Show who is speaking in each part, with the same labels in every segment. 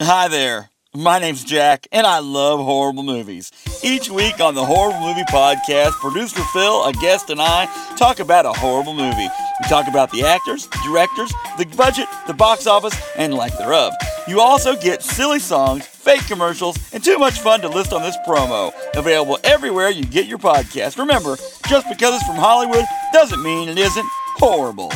Speaker 1: Hi there. My name's Jack, and I love horrible movies. Each week on the Horrible Movie Podcast, producer Phil, a guest, and I talk about a horrible movie. We talk about the actors, directors, the budget, the box office, and lack thereof. You also get silly songs, fake commercials, and too much fun to list on this promo. Available everywhere you get your podcast. Remember, just because it's from Hollywood doesn't mean it isn't horrible.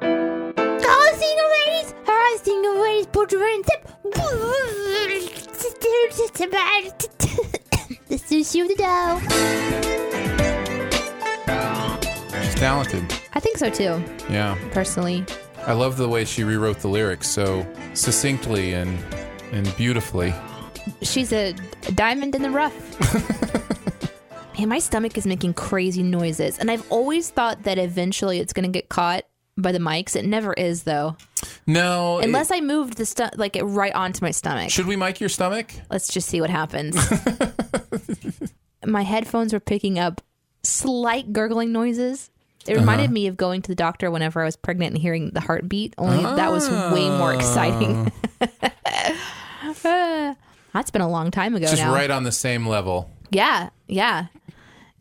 Speaker 2: Hello, single ladies. Hello, single ladies. Put your hands up. The sushi with the dough.
Speaker 3: She's talented.
Speaker 4: I think so too,
Speaker 3: Yeah.
Speaker 4: personally.
Speaker 3: I love the way she rewrote the lyrics so succinctly and and beautifully.
Speaker 4: She's a diamond in the rough. Man, my stomach is making crazy noises, and I've always thought that eventually it's gonna get caught by the mics. It never is though,
Speaker 3: No. it-
Speaker 4: unless I moved the stu- like it right onto my stomach.
Speaker 3: should we mic your stomach?
Speaker 4: Let's just see what happens. my headphones were picking up slight gurgling noises.
Speaker 3: Uh-huh.
Speaker 4: It reminded me of going to the doctor whenever I was pregnant and hearing the heartbeat, only that was way more
Speaker 3: Oh.
Speaker 4: exciting. That's been a long time ago
Speaker 3: Just
Speaker 4: now.
Speaker 3: right on the same level.
Speaker 4: Yeah, yeah.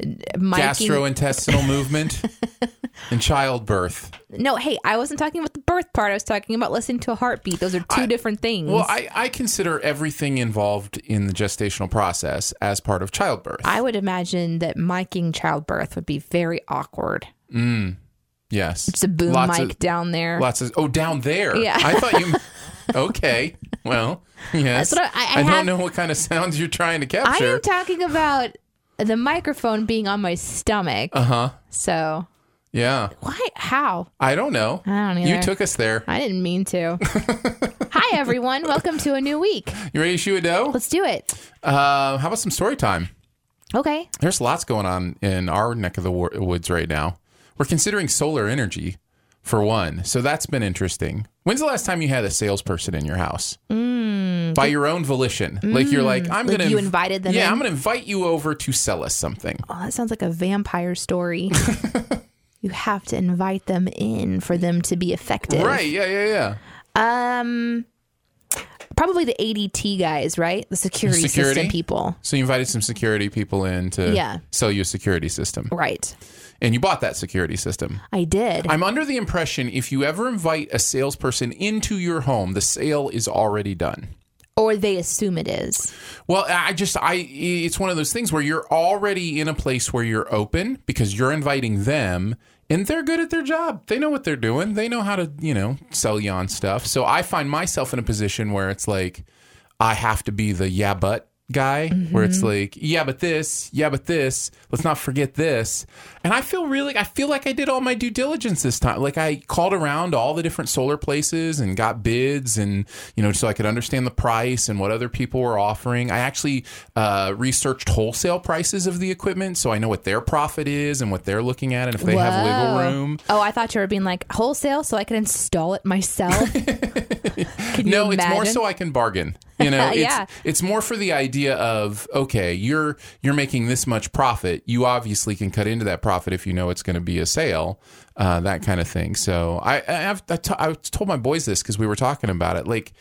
Speaker 4: Miking-
Speaker 3: Gastrointestinal movement and childbirth.
Speaker 4: No, hey, I wasn't talking about the birth part. I was talking about listening to a heartbeat. Those are two different things.
Speaker 3: Well, I, I consider everything involved in the gestational process as part of childbirth.
Speaker 4: I would imagine that miking childbirth would be very awkward.
Speaker 3: yes.
Speaker 4: It's a boom
Speaker 3: lots
Speaker 4: mic
Speaker 3: Of,
Speaker 4: down there.
Speaker 3: Lots of oh down there.
Speaker 4: Yeah.
Speaker 3: I thought you. Okay. Well, yes.
Speaker 4: what I- I
Speaker 3: don't
Speaker 4: have-
Speaker 3: know what kind of sounds you're trying to
Speaker 4: I
Speaker 3: capture.
Speaker 4: am talking about the microphone being on my stomach. Uh
Speaker 3: Uh-huh.
Speaker 4: huh. So
Speaker 3: yeah.
Speaker 4: why? How?
Speaker 3: I don't know.
Speaker 4: I don't
Speaker 3: You
Speaker 4: either.
Speaker 3: took us there.
Speaker 4: I didn't mean to. Hi everyone, welcome to a new week.
Speaker 3: You ready to shoot a dough?
Speaker 4: Let's do it.
Speaker 3: Uh, how about some story time?
Speaker 4: Okay.
Speaker 3: There's lots going on in our neck of the wo- woods right now. We're considering solar energy for one, so that's been interesting. When's the last time you had a salesperson in your house by your own volition? Like you're like, I'm
Speaker 4: Hmm, Like
Speaker 3: gonna
Speaker 4: you invited them
Speaker 3: Yeah,
Speaker 4: in?
Speaker 3: I'm gonna invite you over to sell us something.
Speaker 4: Oh, that sounds like a vampire story. you have to invite them in for them to be effective.
Speaker 3: Right? Yeah, yeah, yeah.
Speaker 4: Um. Probably the ADT guys, right? The security,
Speaker 3: Security?
Speaker 4: system people.
Speaker 3: So you invited some security people in to
Speaker 4: Yeah.
Speaker 3: sell you a security system,
Speaker 4: Right.
Speaker 3: and you bought that security system.
Speaker 4: I did.
Speaker 3: I'm under the impression if you ever invite a salesperson into your home, the sale is already done.
Speaker 4: or they assume it is.
Speaker 3: Well, I just I it's one of those things where you're already in a place where you're open because you're inviting them and they're good at their job. They know what they're doing. They know how to, you know, sell you on stuff. So I find myself in a position where it's like I have to be the yeah but guy where it's like yeah but this, yeah but this, let's not forget this. And I feel really I feel like I did all my due diligence this time. Like I called around all the different solar places and got bids and you know so I could understand the price and what other people were offering. I actually uh, researched wholesale prices of the equipment so I know what their profit is and what they're looking at and if they have
Speaker 4: Whoa.
Speaker 3: wiggle room.
Speaker 4: Oh, I thought you were being like wholesale, so I can install it myself. Can you
Speaker 3: no, it's more
Speaker 4: imagine?
Speaker 3: so I can bargain. You know, it's,
Speaker 4: Yeah.
Speaker 3: it's more for the idea of okay, you're you're making this much profit. You obviously can cut into that profit if you know it's going to be a sale, uh, that kind of thing. So I, I I've I, t- I told my boys this because we were talking about it. Like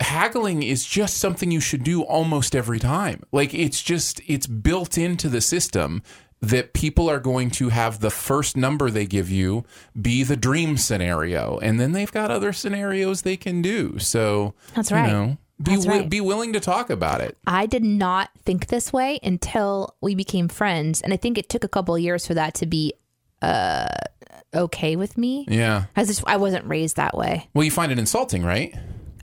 Speaker 3: haggling is just something you should do almost every time. Like it's just it's built into the system that people are going to have the first number they give you be the dream scenario and then they've got other scenarios they can do. So
Speaker 4: That's
Speaker 3: you
Speaker 4: right.
Speaker 3: know, be
Speaker 4: That's
Speaker 3: wi-
Speaker 4: right.
Speaker 3: be willing to talk about it.
Speaker 4: I did not think this way until we became friends, and I think it took a couple of years for that to be uh, okay with me.
Speaker 3: Yeah.
Speaker 4: I just I wasn't raised that way.
Speaker 3: Well, you find it insulting, right?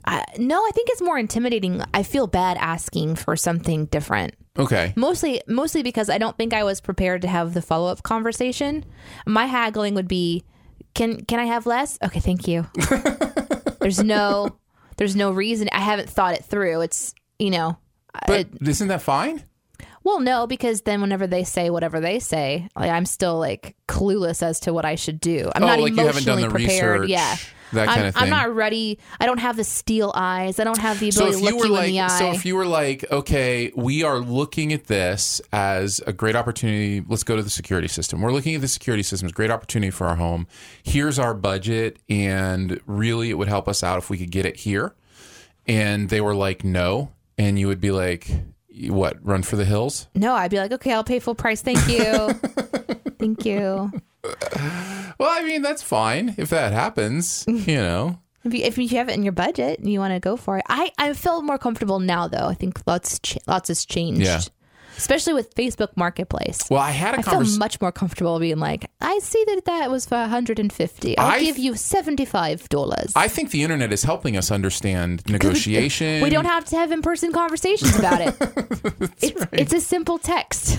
Speaker 4: I, no, I think it's more intimidating. I feel bad asking for something different.
Speaker 3: Okay.
Speaker 4: Mostly, mostly because I don't think I was prepared to have the follow up conversation. My haggling would be, can can I have less? Okay, thank you. there's no, there's no reason. I haven't thought it through. It's you know,
Speaker 3: But isn't that fine?
Speaker 4: well, no, because then whenever they say whatever they say, like, I'm still like clueless as to what I should do. I'm
Speaker 3: Oh,
Speaker 4: not
Speaker 3: like you
Speaker 4: emotionally
Speaker 3: haven't done the
Speaker 4: prepared.
Speaker 3: research.
Speaker 4: Yeah,
Speaker 3: That
Speaker 4: I'm,
Speaker 3: kinda
Speaker 4: I'm
Speaker 3: thing.
Speaker 4: not ready. I don't have the steel eyes. I don't have the
Speaker 3: So
Speaker 4: ability
Speaker 3: if
Speaker 4: to
Speaker 3: you
Speaker 4: look
Speaker 3: were
Speaker 4: you in
Speaker 3: like,
Speaker 4: the eye.
Speaker 3: so if you were like, okay, we are looking at this as a great opportunity. Let's go to the security system. We're looking at the security system as a great opportunity for our home. Here's our budget, and really, it would help us out if we could get it here. And they were like, no, and you would be like, what? Run for the hills?
Speaker 4: no, I'd be like, okay, I'll pay full price. Thank you. Thank you.
Speaker 3: Well, I mean, that's fine if that happens. You know,
Speaker 4: If you, if you have it in your budget and you want to go for it, I, I feel more comfortable now though. I think lots ch- lots has changed.
Speaker 3: Yeah.
Speaker 4: Especially with Facebook Marketplace.
Speaker 3: well, I had a
Speaker 4: I feel
Speaker 3: conversation.
Speaker 4: much more comfortable being like, I see that that was for 150. I'll
Speaker 3: I-
Speaker 4: give you $75.
Speaker 3: I think the internet is helping us understand negotiation.
Speaker 4: we don't have to have in-person conversations about it. it's, it's a simple text.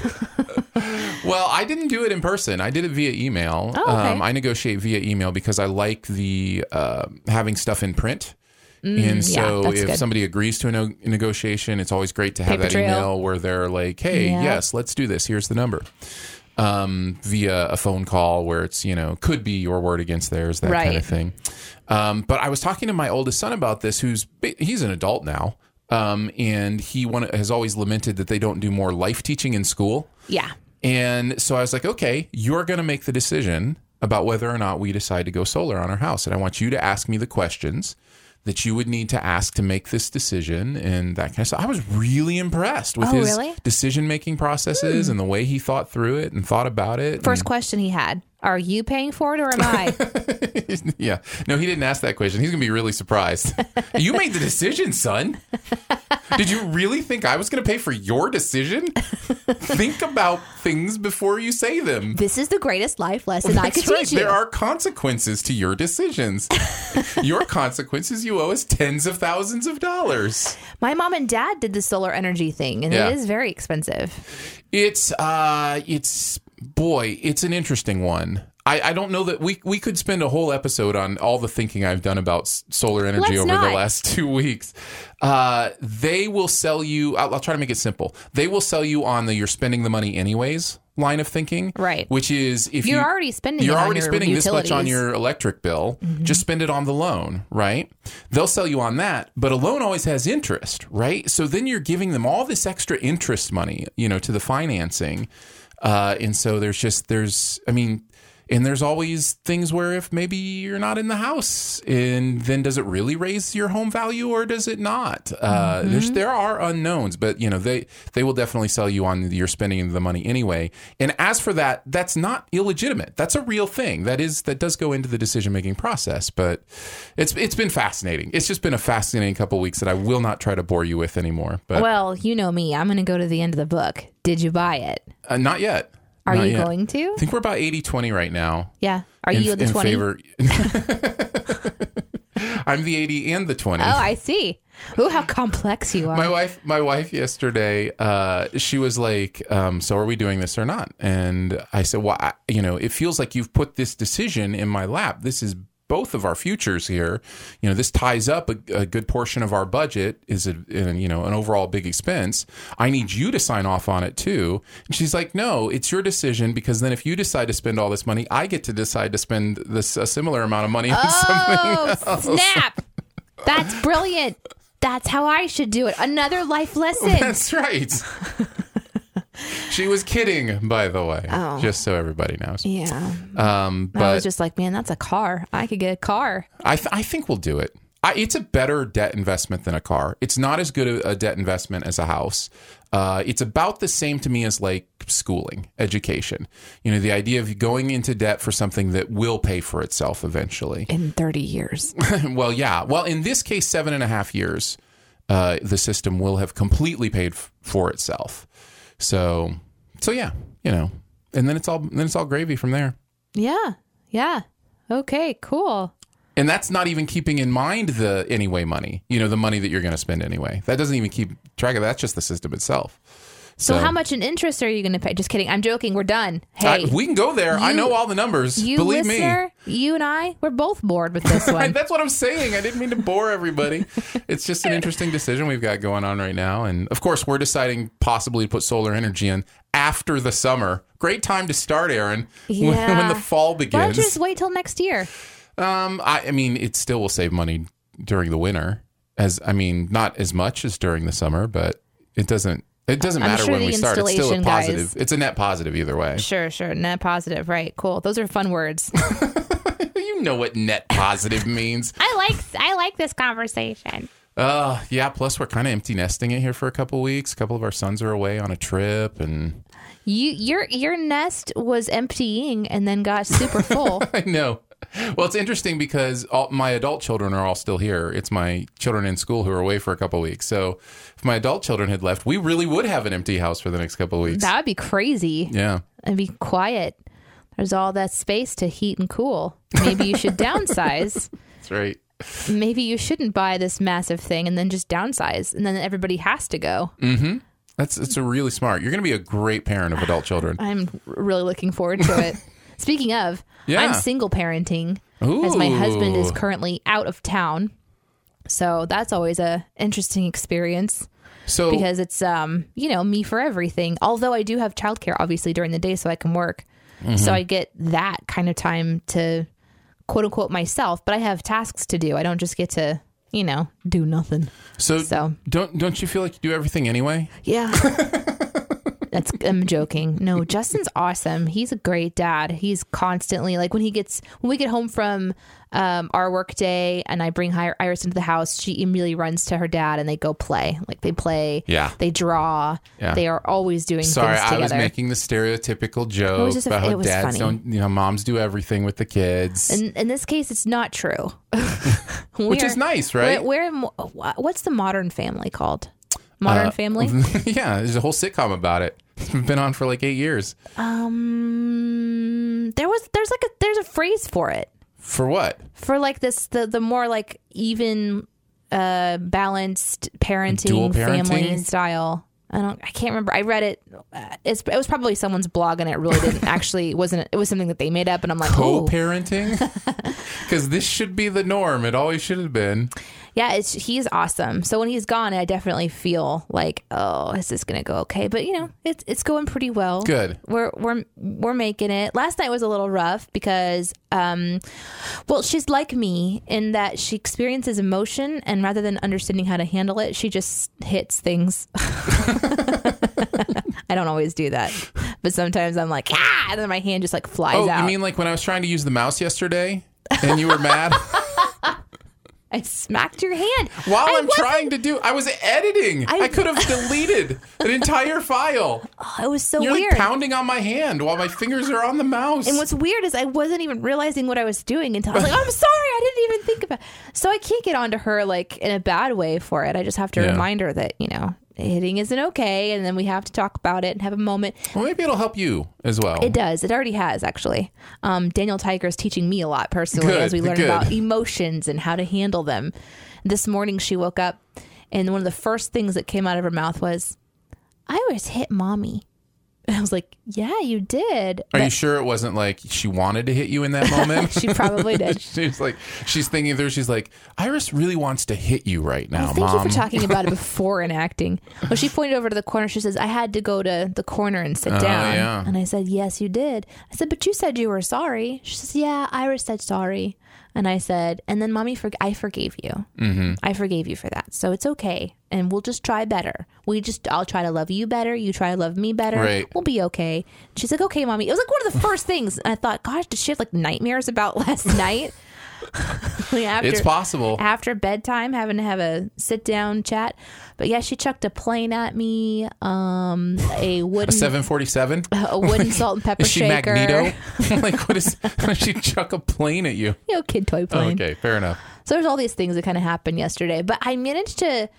Speaker 3: Well, I didn't do it in person. I did it via email.
Speaker 4: Oh, okay.
Speaker 3: um, I negotiate via email because I like the uh, having stuff in print. and
Speaker 4: Mm, yeah,
Speaker 3: so,
Speaker 4: that's
Speaker 3: if
Speaker 4: good.
Speaker 3: somebody agrees to a no- negotiation, it's always great to have
Speaker 4: Paper
Speaker 3: that
Speaker 4: trail.
Speaker 3: email where they're like, "Hey,
Speaker 4: Yeah.
Speaker 3: yes, let's do this. Here's the number." Um, via a phone call where it's you know could be your word against theirs, that kind
Speaker 4: Right.
Speaker 3: of thing. Um, but I was talking to my oldest son about this, who's bi- he's an adult now, um, and he one, has always lamented that they don't do more life teaching in school.
Speaker 4: yeah.
Speaker 3: And so I was like, okay, you're going to make the decision about whether or not we decide to go solar on our house. And I want you to ask me the questions that you would need to ask to make this decision and that kind of stuff. I was really impressed with
Speaker 4: Oh,
Speaker 3: his
Speaker 4: really? Hmm.
Speaker 3: decision making processes and the way he thought through it and thought about it.
Speaker 4: First question he had, are you paying for it or am I?
Speaker 3: And- yeah. No, he didn't ask that question. He's going to be really surprised. you made the decision, son. Did you really think I was going to pay for your decision? Think about things before you say them.
Speaker 4: this is the greatest life lesson I could
Speaker 3: That's right.
Speaker 4: teach you.
Speaker 3: There are consequences to your decisions. your consequences, you owe us tens of thousands of dollars.
Speaker 4: My mom and dad did the solar energy thing, and
Speaker 3: Yeah.
Speaker 4: it is very expensive.
Speaker 3: It's, uh, it's, boy, it's an interesting one. I, I don't know that we we could spend a whole episode on all the thinking I've done about s- solar energy
Speaker 4: Let's
Speaker 3: over
Speaker 4: not.
Speaker 3: the last two weeks. Uh, they will sell you. I'll, I'll try to make it simple. They will sell you on the "you're spending the money anyways" line of thinking,
Speaker 4: Right.
Speaker 3: Which is if
Speaker 4: You're
Speaker 3: you-
Speaker 4: already spending
Speaker 3: you're
Speaker 4: it on
Speaker 3: already
Speaker 4: your
Speaker 3: spending this much on
Speaker 4: utilities. Mm-hmm.
Speaker 3: your electric bill. Just spend it on the loan, right? They'll sell you on that, but a loan always has interest, right? So then you're giving them all this extra interest money, you know, to the financing. Uh, and so there's just there's I mean, and there's always things where if maybe you're not in the house, and then does it really raise your home value or does it not? Uh,
Speaker 4: Mm-hmm.
Speaker 3: there's, there are unknowns, but you know they they will definitely sell you on you're spending the money anyway. And as for that, that's not illegitimate. That's a real thing. That is that does go into the decision making process. But it's it's been fascinating. It's just been a fascinating couple weeks that I will not try to bore you with anymore. But
Speaker 4: Well, you know me. I'm going to go to the end of the book. Did you buy it?
Speaker 3: uh, not yet.
Speaker 4: Are
Speaker 3: Not
Speaker 4: you
Speaker 3: yet.
Speaker 4: going to?
Speaker 3: I think we're about 80-20 right now.
Speaker 4: Yeah. Are
Speaker 3: in,
Speaker 4: you the
Speaker 3: in
Speaker 4: 20?
Speaker 3: favor. I'm the 80 and the 20.
Speaker 4: Oh, I see. Oh, how complex you are.
Speaker 3: my wife, my wife yesterday, uh, she was like, um, "So are we doing this or not?" And I said, "Well, I, you know, it feels like you've put this decision in my lap. This is both of our futures here. You know, this ties up a, a good portion of our budget. Is a, in, you know an overall big expense. I need you to sign off on it too." And she's like, "No, it's your decision because then if you decide to spend all this money, I get to decide to spend this a similar amount of money on something."
Speaker 4: oh, snap. That's brilliant. That's how I should do it. Another life lesson.
Speaker 3: That's right. she was kidding, by the way. Just so everybody knows.
Speaker 4: Oh. yeah.
Speaker 3: Um,
Speaker 4: I
Speaker 3: but
Speaker 4: was just like, man, that's a car. I could get a car.
Speaker 3: I, th- I think we'll do it. I, it's a better debt investment than a car. It's not as good a, a debt investment as a house. Uh, it's about the same to me as like schooling, education. You know, the idea of going into debt for something that will pay for itself eventually.
Speaker 4: In 30 years.
Speaker 3: well, yeah. Well, in this case, seven and a half years, uh, the system will have completely paid f- for itself. So, so yeah, you know, and then it's all then it's all gravy from there.
Speaker 4: yeah. Yeah. Okay, cool.
Speaker 3: And that's not even keeping in mind the anyway money, you know, the money that you're going to spend anyway. That doesn't even keep track of that. That's just the system itself.
Speaker 4: So, how much in interest are you going to pay? Just kidding. I'm joking. We're done.
Speaker 3: I-
Speaker 4: Hey,
Speaker 3: we can go there. I
Speaker 4: you-
Speaker 3: know all the numbers.
Speaker 4: you
Speaker 3: Believe me.
Speaker 4: listener, you and I, we're both bored with this
Speaker 3: Right,
Speaker 4: one.
Speaker 3: that's what I'm saying. I didn't mean to bore everybody. it's just an interesting decision we've got going on right now. And of course, we're deciding possibly to put solar energy in after the summer. Great time to start, Aaron, when, when
Speaker 4: Yeah.
Speaker 3: the fall
Speaker 4: Why don't you
Speaker 3: begins.
Speaker 4: just wait till next year?
Speaker 3: Um, I, I mean, it still will save money during the winter. As I mean, not as much as during the summer, but it doesn't. It doesn't
Speaker 4: I'm
Speaker 3: matter
Speaker 4: sure
Speaker 3: when
Speaker 4: the
Speaker 3: we start. It's still a
Speaker 4: installation guys-
Speaker 3: positive. It's a net positive either way.
Speaker 4: Sure, sure. Net positive. Right. Cool. Those are fun words.
Speaker 3: You know what net positive means.
Speaker 2: I like I like this conversation.
Speaker 3: Uh, yeah. Plus, we're kind of empty nesting it here for a couple weeks. A couple of our sons are away on a trip, and
Speaker 4: you your your nest was emptying and then got super full.
Speaker 3: I know. Well, it's interesting because all, my adult children are all still here. It's my children in school who are away for a couple of weeks. So, if my adult children had left, we really would have an empty house for the next couple of weeks.
Speaker 4: that would be crazy.
Speaker 3: yeah.
Speaker 4: and be quiet. There's all that space to heat and cool. Maybe you should downsize.
Speaker 3: That's right.
Speaker 4: Maybe you shouldn't buy this massive thing and then just downsize, and then everybody has to go.
Speaker 3: That's it's a really smart. You're going to be a great parent of adult children.
Speaker 4: I'm really looking forward to it. Speaking of,
Speaker 3: Yeah.
Speaker 4: I'm single parenting as my husband is
Speaker 3: Ooh.
Speaker 4: currently out of town. So that's always a interesting experience
Speaker 3: So
Speaker 4: because it's um, you know, me for everything. Although I do have childcare obviously during the day so I can work.
Speaker 3: Mm-hmm.
Speaker 4: So I get that kind of time to quote unquote myself, but I have tasks to do. I don't just get to, you know, do nothing.
Speaker 3: so
Speaker 4: so-
Speaker 3: don't don't you feel like you do everything anyway?
Speaker 4: Yeah. That's I'm joking. No, Justin's awesome. He's a great dad. He's constantly like when he gets when we get home from um, our work day and I bring Hi- Iris into the house, she immediately runs to her dad and they go play. Like they play.
Speaker 3: Yeah.
Speaker 4: They draw.
Speaker 3: Yeah.
Speaker 4: They are always doing
Speaker 3: Sorry,
Speaker 4: things
Speaker 3: I was
Speaker 4: together.
Speaker 3: making the stereotypical joke
Speaker 4: just a-
Speaker 3: about how
Speaker 4: it was
Speaker 3: dads
Speaker 4: funny.
Speaker 3: don't, you know, moms do everything with the kids,
Speaker 4: in, in this case, it's not true.
Speaker 3: which is nice, right?
Speaker 4: Where, what's the modern family called?
Speaker 3: Uh,
Speaker 4: Modern Family.
Speaker 3: yeah, there's a whole sitcom about it. It's been on for like eight years.
Speaker 4: Um, there was there's like a there's a phrase for it.
Speaker 3: For what?
Speaker 4: for like this the the more like even uh balanced parenting,
Speaker 3: Dual
Speaker 4: family
Speaker 3: parenting?
Speaker 4: style i don't i can't remember i read it uh, it's, it was probably someone's blog and it really didn't actually wasn't it was something that they made up and i'm like oh
Speaker 3: Co-parenting? Because this should be the norm. It always should have been.
Speaker 4: yeah it's he's awesome so when he's gone i definitely feel like oh is this gonna go okay but you know it's it's going pretty well
Speaker 3: Good.
Speaker 4: we're we're we're making it. Last night was a little rough because um well, she's like me in that she experiences emotion and rather than understanding how to handle it, she just hits things. I don't always do that. But sometimes I'm like, ah, and then my hand just like flies
Speaker 3: Oh,
Speaker 4: out.
Speaker 3: you mean like when I was trying to use the mouse yesterday and you were mad?
Speaker 4: I smacked your hand.
Speaker 3: While
Speaker 4: I
Speaker 3: I'm trying to do, I was editing. I,
Speaker 4: I-
Speaker 3: could have deleted an entire file.
Speaker 4: Oh, it was so
Speaker 3: You're
Speaker 4: weird.
Speaker 3: like pounding on my hand while my fingers are on the mouse.
Speaker 4: And what's weird is I wasn't even realizing what I was doing until I was like, "Oh, I'm sorry, I didn't even think about So I can't get onto her like in a bad way for it. I just have to
Speaker 3: Yeah.
Speaker 4: remind her that, you know, hitting isn't okay and then we have to talk about it and have a moment.
Speaker 3: well, maybe it'll help you as well.
Speaker 4: It does. It already has actually. Um, Daniel Tiger is teaching me a lot personally
Speaker 3: Good,
Speaker 4: as we learn
Speaker 3: good.
Speaker 4: about emotions and how to handle them. This morning she woke up and one of the first things that came out of her mouth was, I was hit mommy. And I was like, Yeah, you did.
Speaker 3: Are you sure it wasn't like she wanted to hit you in that moment?
Speaker 4: she probably did.
Speaker 3: she's like, she's thinking through. She's like, Iris really wants to hit you right now,
Speaker 4: Thank
Speaker 3: mom.
Speaker 4: you for talking about it before enacting. Well, she pointed over to the corner. She says, I had to go to the corner and sit down.
Speaker 3: Oh, yeah.
Speaker 4: And I said, Yes, you did. I said, But you said you were sorry. She says, Yeah, Iris said sorry. And I said, And then mommy, forg I forgave you. Mm-hmm. I forgave you for that. So it's okay. And we'll just try better. We just, I'll try to love you better. You try to love me better.
Speaker 3: Right.
Speaker 4: We'll be okay. She's like, Okay, mommy. It was like one of the first things. And I thought, Gosh, did she have like nightmares about last night? Like, after-
Speaker 3: It's possible.
Speaker 4: after bedtime having to have a sit down chat but yeah she chucked a plane at me um a wooden
Speaker 3: 747.
Speaker 4: a wooden salt and pepper
Speaker 3: Is she
Speaker 4: shaker
Speaker 3: Magneto? like, what is? she chuck a plane at you?
Speaker 4: you know kid toy
Speaker 3: Oh,
Speaker 4: plane
Speaker 3: okay, fair enough.
Speaker 4: so there's all these things that kind of happened yesterday but i managed to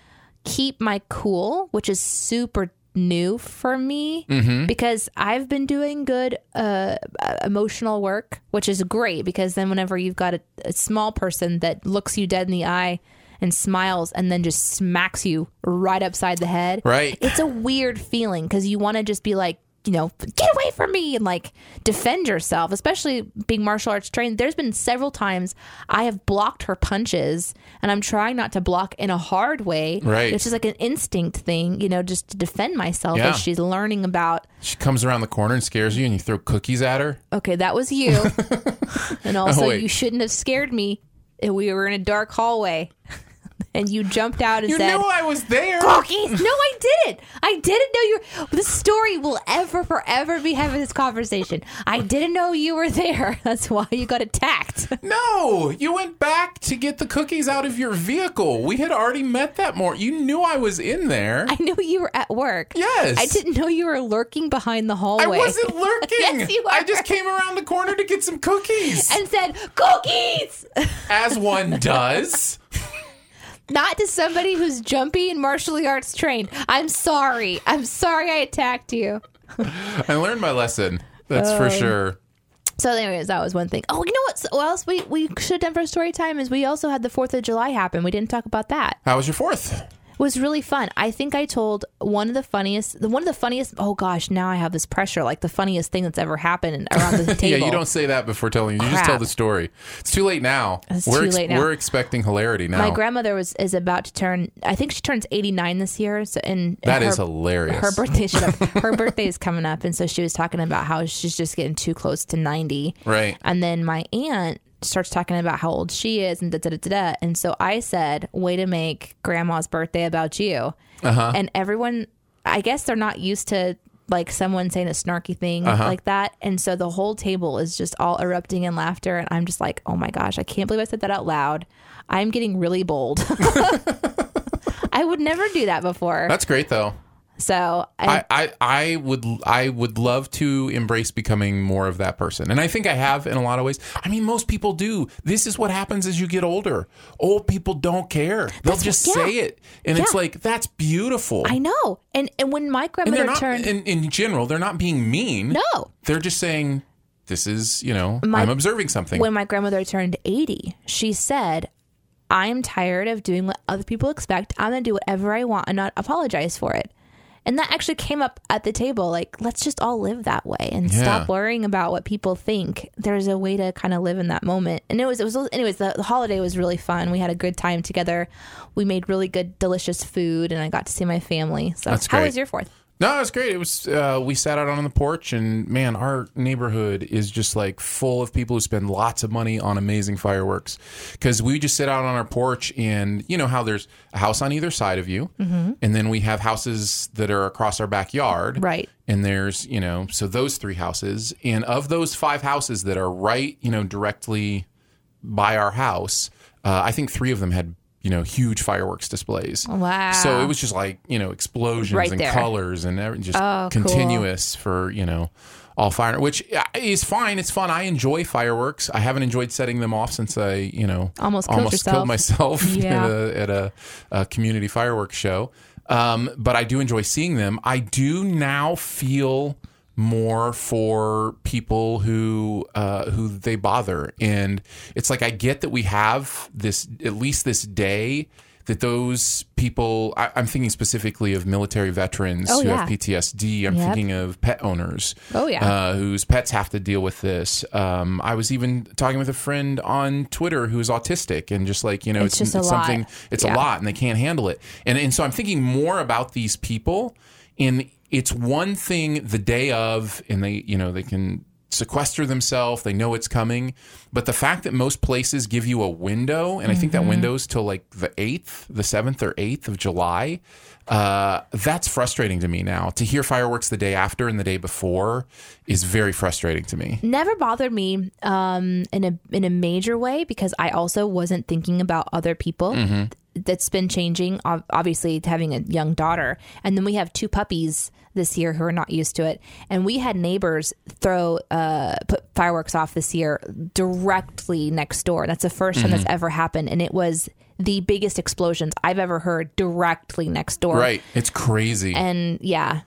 Speaker 4: keep my cool which is super new for me because i've been doing good uh emotional work which is great because then whenever you've got a, a small person that looks you dead in the eye and smiles and then just smacks you right upside the head
Speaker 3: Right.
Speaker 4: it's a weird feeling because you want to just be like you know, get away from me and like defend yourself, especially being martial arts trained. There's been several times I have blocked her punches and I'm trying not to block in a hard way.
Speaker 3: Right.
Speaker 4: It's just like an instinct thing, you know, just to defend myself
Speaker 3: Yeah.
Speaker 4: as she's learning about,
Speaker 3: She comes around the corner and scares you, and you throw cookies at her.
Speaker 4: okay, that was you. and also,
Speaker 3: Oh, wait.
Speaker 4: you shouldn't have scared me. We were in a dark hallway and you jumped out and
Speaker 3: You
Speaker 4: said,
Speaker 3: knew I was there.
Speaker 4: cookies. No, I didn't. I didn't know you. Were, this story will ever, forever be having this conversation. I didn't know you were there. That's why you got attacked.
Speaker 3: No, you went back to get the cookies out of your vehicle. We had already met that morning. You knew I was in there.
Speaker 4: I knew you were at work.
Speaker 3: Yes.
Speaker 4: I didn't know you were lurking behind the
Speaker 3: I
Speaker 4: hallway.
Speaker 3: wasn't lurking.
Speaker 4: Yes, you
Speaker 3: I
Speaker 4: were.
Speaker 3: just came around the corner to get some cookies,
Speaker 4: And said cookies,
Speaker 3: as one does.
Speaker 4: not to somebody who's jumpy and martially arts trained. I'm sorry. I'm sorry I attacked you.
Speaker 3: I learned my lesson. That's
Speaker 4: Um,
Speaker 3: for sure.
Speaker 4: So, anyways, that was one thing. Oh, you know what's- what else we, we should have done for story time is we also had the 4th of July happen. We didn't talk about that.
Speaker 3: How was your fourth?
Speaker 4: was really fun. I think I told one of the funniest, the one of the funniest. Oh gosh, now I have this pressure. Like the funniest thing that's ever happened around the table.
Speaker 3: Yeah, you don't say that before telling. You just
Speaker 4: Crap.
Speaker 3: tell the story. It's too late now.
Speaker 4: It's
Speaker 3: we're
Speaker 4: too late now.
Speaker 3: We're expecting hilarity now.
Speaker 4: My grandmother was is about to turn. I think she turns eighty nine this year. So and
Speaker 3: That
Speaker 4: that is
Speaker 3: is hilarious.
Speaker 4: Her birthday should have, her birthday is coming up, and so she was talking about how she's just getting too close to ninety.
Speaker 3: Right.
Speaker 4: And then my aunt starts talking about how old she is and da da da da. da. And so I said, way to make grandma's birthday about you. And everyone, I guess they're not used to like someone saying a snarky thing like that. And so the whole table is just all erupting in laughter. And I'm just like, oh my gosh, I can't believe I said that out loud. I'm getting really bold. I would never do that before.
Speaker 3: That's great though.
Speaker 4: so I,
Speaker 3: I, I, I would I would love to embrace becoming more of that person. And I think I have in a lot of ways. I mean most people do. This is what happens as you get older. Old people don't care. They'll just
Speaker 4: yeah.
Speaker 3: say it. And it's
Speaker 4: Yeah.
Speaker 3: like that's beautiful.
Speaker 4: I know. And and when my
Speaker 3: and
Speaker 4: grandmother
Speaker 3: they're not
Speaker 4: turned
Speaker 3: in, in general, they're not being mean.
Speaker 4: no,
Speaker 3: They're just saying this is, you know,
Speaker 4: My-
Speaker 3: I'm observing something.
Speaker 4: when my grandmother turned 80, she said, I'm tired of doing what other people expect. I'm going to do whatever I want and not apologize for it. And that actually came up at the table. Like, let's just all live that way and
Speaker 3: Yeah.
Speaker 4: stop worrying about what people think. There's a way to kind of live in that moment. And it was, it was, anyways, the, the holiday was really fun. We had a good time together. We made really good, delicious food, and I got to see my family. So,
Speaker 3: That's
Speaker 4: how
Speaker 3: great.
Speaker 4: was your fourth?
Speaker 3: No, it was great. It was uh, we sat out on the porch, and man, our neighborhood is just like full of people who spend lots of money on amazing fireworks. Because we just sit out on our porch, and you know how there's a house on either side of you,
Speaker 4: Mm-hmm.
Speaker 3: and then we have houses that are across our backyard,
Speaker 4: Right.
Speaker 3: and there's you know so those three houses, and of those five houses that are right, you know, directly by our house, uh, I think three of them had you know huge fireworks displays.
Speaker 4: Oh, Wow.
Speaker 3: So it was just like you know explosions
Speaker 4: Right
Speaker 3: and
Speaker 4: there.
Speaker 3: colors and every, just
Speaker 4: Oh, cool.
Speaker 3: continuous for you know all fire, which uh, is fine. It's fun. I enjoy fireworks. I haven't enjoyed setting them off since I you know
Speaker 4: Almost killed yourself.
Speaker 3: killed myself
Speaker 4: Yeah.
Speaker 3: at, a, at a, a community fireworks show. Um, but I do enjoy seeing them. I do now feel more for people who uh, who they bother, and it's like I get that we have this at least this day that those people. I, I'm thinking specifically of military veterans
Speaker 4: Oh,
Speaker 3: who
Speaker 4: yeah.
Speaker 3: have PTSD. I'm
Speaker 4: Yep.
Speaker 3: thinking of pet owners.
Speaker 4: Oh, yeah.
Speaker 3: uh, whose pets have to deal with this. Um, I was even talking with a friend on Twitter who's autistic and just like you know,
Speaker 4: It's
Speaker 3: it's,
Speaker 4: just a
Speaker 3: it's
Speaker 4: lot.
Speaker 3: something. It's a
Speaker 4: Yeah.
Speaker 3: lot, and they can't handle it. And and so I'm thinking more about these people. And it's one thing the day of, and they you know they can sequester themselves. They know it's coming, but the fact that most places give you a window, and I think that
Speaker 4: Mm-hmm.
Speaker 3: window's till like the eighth, the seventh or eighth of July. Uh, that's frustrating to me now. To hear fireworks the day after and the day before is very frustrating to me.
Speaker 4: never bothered me um, in a in a major way because I also wasn't thinking about other people. That's been changing. ob- Obviously, having a young daughter, and then we have two puppies this year who are not used to it. And we had neighbors throw uh, put fireworks off this year directly next door. That's the 1st time that's ever happened, and it was the biggest explosions I've ever heard directly next door
Speaker 3: Right? It's crazy.
Speaker 4: and yeah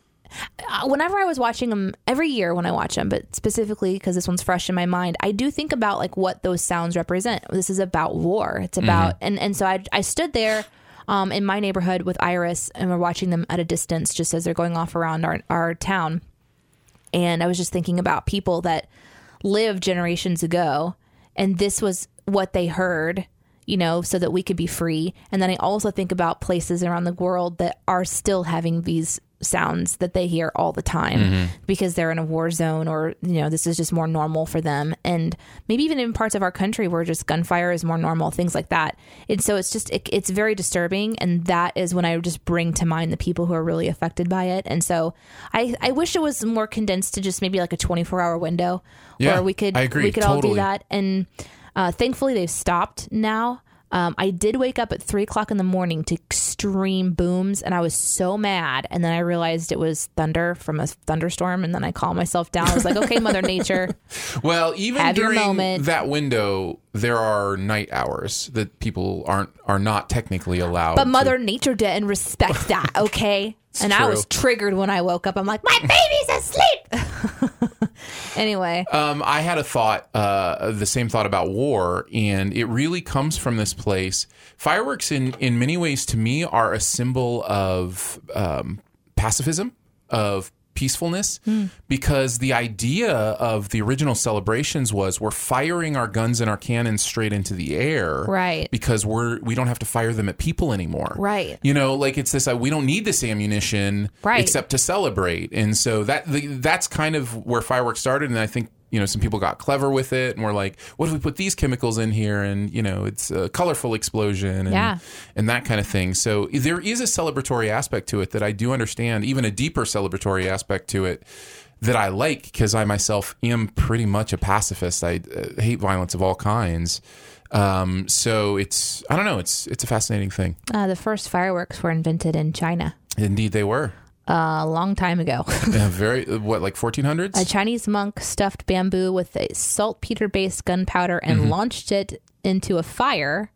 Speaker 4: Uh, whenever i was watching them every year when i watch them but specifically because this one's fresh in my mind i do think about like what those sounds represent this is about war it's about and and so i, I stood there um, in my neighborhood with iris and we're watching them at a distance just as they're going off around our, our town and I was just thinking about people that lived generations ago, and this was what they heard, you know, so that we could be free. And then I also think about places around the world that are still having these sounds that they hear all the time because they're in a war zone or you know this is just more normal for them and maybe even in parts of our country where just gunfire is more normal things like that and so it's just it, it's very disturbing and that is when i just bring to mind the people who are really affected by it and so i i wish it was more condensed to just maybe like a 24 hour window
Speaker 3: Yeah,
Speaker 4: where we could
Speaker 3: I agree,
Speaker 4: we could all do
Speaker 3: totally.
Speaker 4: that and uh, thankfully they've stopped now um, I did wake up at three o'clock in the morning to extreme booms, and I was so mad. And then I realized it was thunder from a thunderstorm, and then I calmed myself down. I was like, "Okay, Mother Nature,
Speaker 3: Well, even
Speaker 4: Have your
Speaker 3: during
Speaker 4: moment.
Speaker 3: that window, there are night hours that people aren't are not technically allowed.
Speaker 4: but
Speaker 3: to-
Speaker 4: Mother Nature didn't respect that." Okay, and I
Speaker 3: true.
Speaker 4: was triggered when I woke up. I'm like, "My baby's asleep." anyway,
Speaker 3: Um, I had a thought, uh, the same thought about war, and it really comes from this place. Fireworks, in in many ways, to me, are a symbol of um, pacifism, of peacefulness,
Speaker 4: Hmm.
Speaker 3: because the idea of the original celebrations was we're firing our guns and our cannons straight into the air,
Speaker 4: Right.
Speaker 3: Because we're we don't have to fire them at people anymore,
Speaker 4: Right.
Speaker 3: You know, like it's this uh, we don't need this ammunition,
Speaker 4: Right.
Speaker 3: Except to celebrate. And so that the, that's kind of where fireworks started. And I think you know some people got clever with it and were like, "What if we put these chemicals in here?" And you know, it's a colorful explosion and
Speaker 4: Yeah.
Speaker 3: and that kind of thing. So there is a celebratory aspect to it that I do understand, even a deeper celebratory aspect to it that I like because I myself am pretty much a pacifist. I uh, hate violence of all kinds. Um, so it's I don't know. It's it's a fascinating thing.
Speaker 4: uh, the first fireworks were invented in China
Speaker 3: Indeed, they were
Speaker 4: a long time ago.
Speaker 3: yeah, very what like 1400s.
Speaker 4: A Chinese monk stuffed bamboo with a saltpeter based gunpowder and
Speaker 3: Mm-hmm.
Speaker 4: launched it into a fire.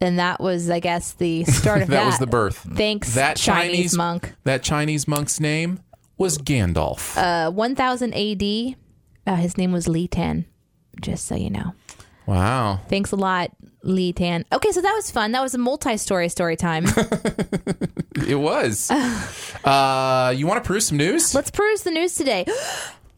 Speaker 4: And that was, I guess, the start of that.
Speaker 3: that was the birth.
Speaker 4: Thanks,
Speaker 3: That
Speaker 4: Chinese,
Speaker 3: Chinese-
Speaker 4: monk.
Speaker 3: That Chinese monk's name was Gandalf.
Speaker 4: Uh, 1000 AD, uh, his name was Li Tan, just so you know.
Speaker 3: wow.
Speaker 4: Thanks a lot, Li Tan. Okay, so that was fun. That was a multi story story time.
Speaker 3: It was. uh, you want to peruse some news?
Speaker 4: Let's peruse the news today.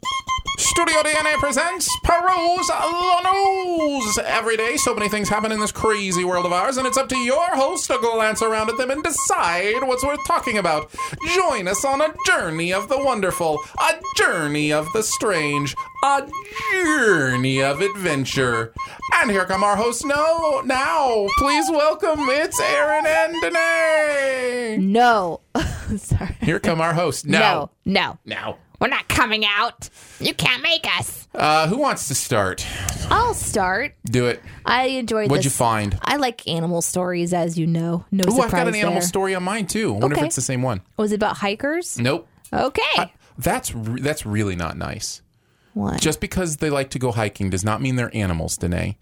Speaker 3: Studio DNA presents Peruse the News. Every day, so many things happen in this crazy world of ours, and it's up to your host to glance around at them and decide what's worth talking about. Join us on a journey of the wonderful, a journey of the strange, a journey of adventure. And here come our hosts now. Now, please welcome, it's Aaron and Danae.
Speaker 4: no. Sorry.
Speaker 3: Here come our hosts
Speaker 4: No.
Speaker 3: now.
Speaker 4: no.
Speaker 3: Now.
Speaker 4: We're not coming out.
Speaker 2: You can't make us.
Speaker 3: Uh, who wants to start?
Speaker 4: I'll start.
Speaker 3: Do it.
Speaker 4: I enjoyed
Speaker 3: What'd you
Speaker 4: this.
Speaker 3: find?
Speaker 4: I like animal stories, as you know. No
Speaker 3: Ooh,
Speaker 4: surprise
Speaker 3: I've got an animal
Speaker 4: there.
Speaker 3: story on mine too. I wonder if
Speaker 4: Okay.
Speaker 3: it's the same one.
Speaker 4: Was it about hikers?
Speaker 3: Nope.
Speaker 4: Okay.
Speaker 3: That's re- that's really not nice.
Speaker 4: what?
Speaker 3: Just because they like to go hiking does not mean they're animals, Danae.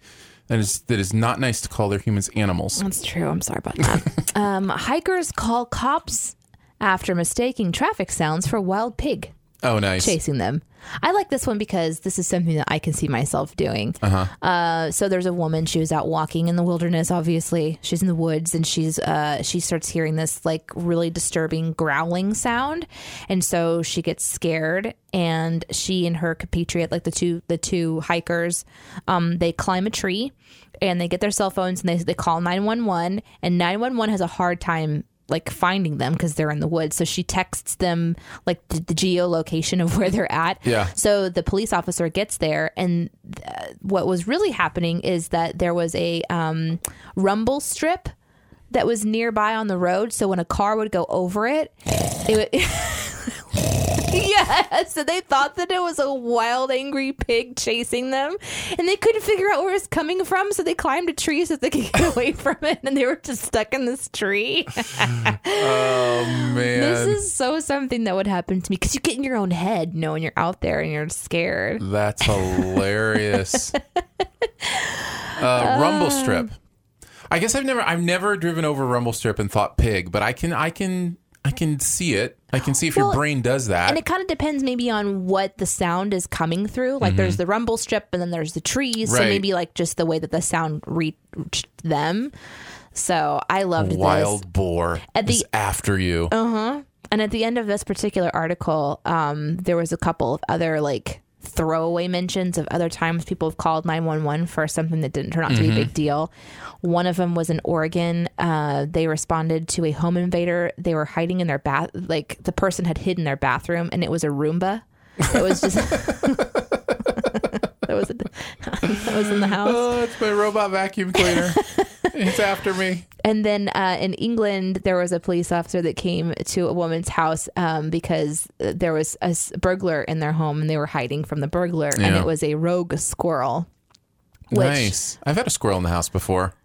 Speaker 3: That is that is not nice to call their humans animals.
Speaker 4: That's true. I'm sorry about that. um, hikers call cops after mistaking traffic sounds for wild pig
Speaker 3: Oh, nice.
Speaker 4: chasing them. I like this one because this is something that I can see myself doing. Uh-huh. so there's a woman. She was out walking in the wilderness. Obviously, she's in the woods, and she's uh, she starts hearing this like really disturbing growling sound, and so she gets scared. And she and her compatriot, like the two the two hikers, um, they climb a tree, and they get their cell phones and they they call nine one one, and nine one one has a hard time like finding them because they're in the woods. So she texts them like the, the geolocation of where they're at.
Speaker 3: Yeah.
Speaker 4: So the police officer gets there, and uh, what was really happening is that there was a um, rumble strip that was nearby on the road. So when a car would go over it, it would. Yeah, so they thought that it was a wild, angry pig chasing them, and they couldn't figure out where it was coming from. So they climbed a tree so they could get away from it, and they were just stuck in this tree.
Speaker 3: Man,
Speaker 4: This is so something that would happen to me because you get in your own head, you know, when you're out there and you're scared.
Speaker 3: that's hilarious. uh, rumble
Speaker 4: Um,
Speaker 3: strip. I guess I've never I've never driven over rumble strip and thought pig, but I can I can I can see it. I can see if your
Speaker 4: Well,
Speaker 3: brain does that.
Speaker 4: And it kind of depends maybe on what the sound is coming through. Like there's the rumble strip and then there's the trees. So
Speaker 3: Mm-hmm. Right.
Speaker 4: maybe like just the way that the sound reached them. So I loved this.
Speaker 3: Wild boar
Speaker 4: At the-
Speaker 3: is after you.
Speaker 4: And at the end of this particular article, um, there was a couple of other like throwaway mentions of other times people have called 911 for something that didn't turn out to be a big deal. One of them was in Oregon. Uh, they responded to a home invader. They were hiding in their bath, like the person had hidden their bathroom, and it was a Roomba. It was just. That was, that was in the house.
Speaker 3: Oh, it's my robot vacuum cleaner. it's after me.
Speaker 4: And then uh, in England, there was a police officer that came to a woman's house um, because uh, there was a s- burglar in their home and they were hiding from the burglar, and
Speaker 3: Yeah.
Speaker 4: it was a rogue squirrel. Which
Speaker 3: nice. I've had a squirrel in the house before.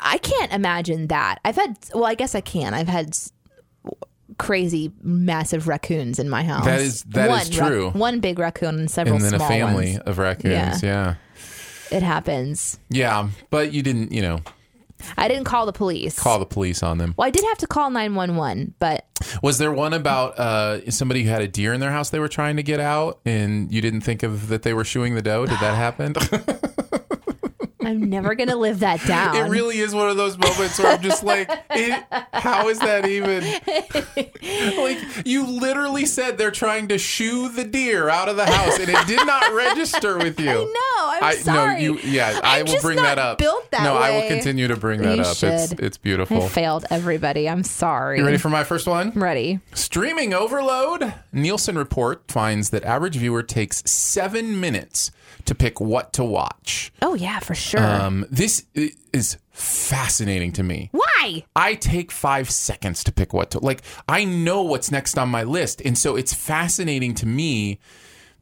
Speaker 4: I can't imagine that. I've had, well, I guess I can. I've had s- crazy, massive raccoons in my house.
Speaker 3: That is- that
Speaker 4: one
Speaker 3: is
Speaker 4: rac-
Speaker 3: true.
Speaker 4: one big raccoon and several
Speaker 3: And then a
Speaker 4: small
Speaker 3: family
Speaker 4: ones.
Speaker 3: of raccoons. Yeah.
Speaker 4: It happens.
Speaker 3: yeah. But you didn't, you know,
Speaker 4: I didn't call the police.
Speaker 3: call the police on them.
Speaker 4: well, I did have to call 911, but
Speaker 3: Was there one about uh, somebody who had a deer in their house they were trying to get out and you didn't think of that they were shooing the doe? Did that happen?
Speaker 4: I'm never going to live that down.
Speaker 3: it really is one of those moments where I'm just like, it, how is that even? like, you literally said they're trying to shoo the deer out of the house and it did not register with you.
Speaker 4: No, I'm
Speaker 3: No,
Speaker 4: sorry.
Speaker 3: you, yeah,
Speaker 4: I'm
Speaker 3: I will
Speaker 4: just
Speaker 3: bring
Speaker 4: not
Speaker 3: that up.
Speaker 4: built that
Speaker 3: no, I will
Speaker 4: way.
Speaker 3: continue to bring that
Speaker 4: You
Speaker 3: up. It's
Speaker 4: should.
Speaker 3: it's
Speaker 4: I
Speaker 3: beautiful.
Speaker 4: failed everybody. I'm sorry.
Speaker 3: You ready for my first one?
Speaker 4: I'm ready.
Speaker 3: Streaming overload. Nielsen report finds that average viewer takes seven minutes to pick what to watch.
Speaker 4: Oh yeah, for sure.
Speaker 3: Um, this i- is fascinating to me.
Speaker 4: Why?
Speaker 3: I take five seconds to pick what to like. I know what's next on my list, and so it's fascinating to me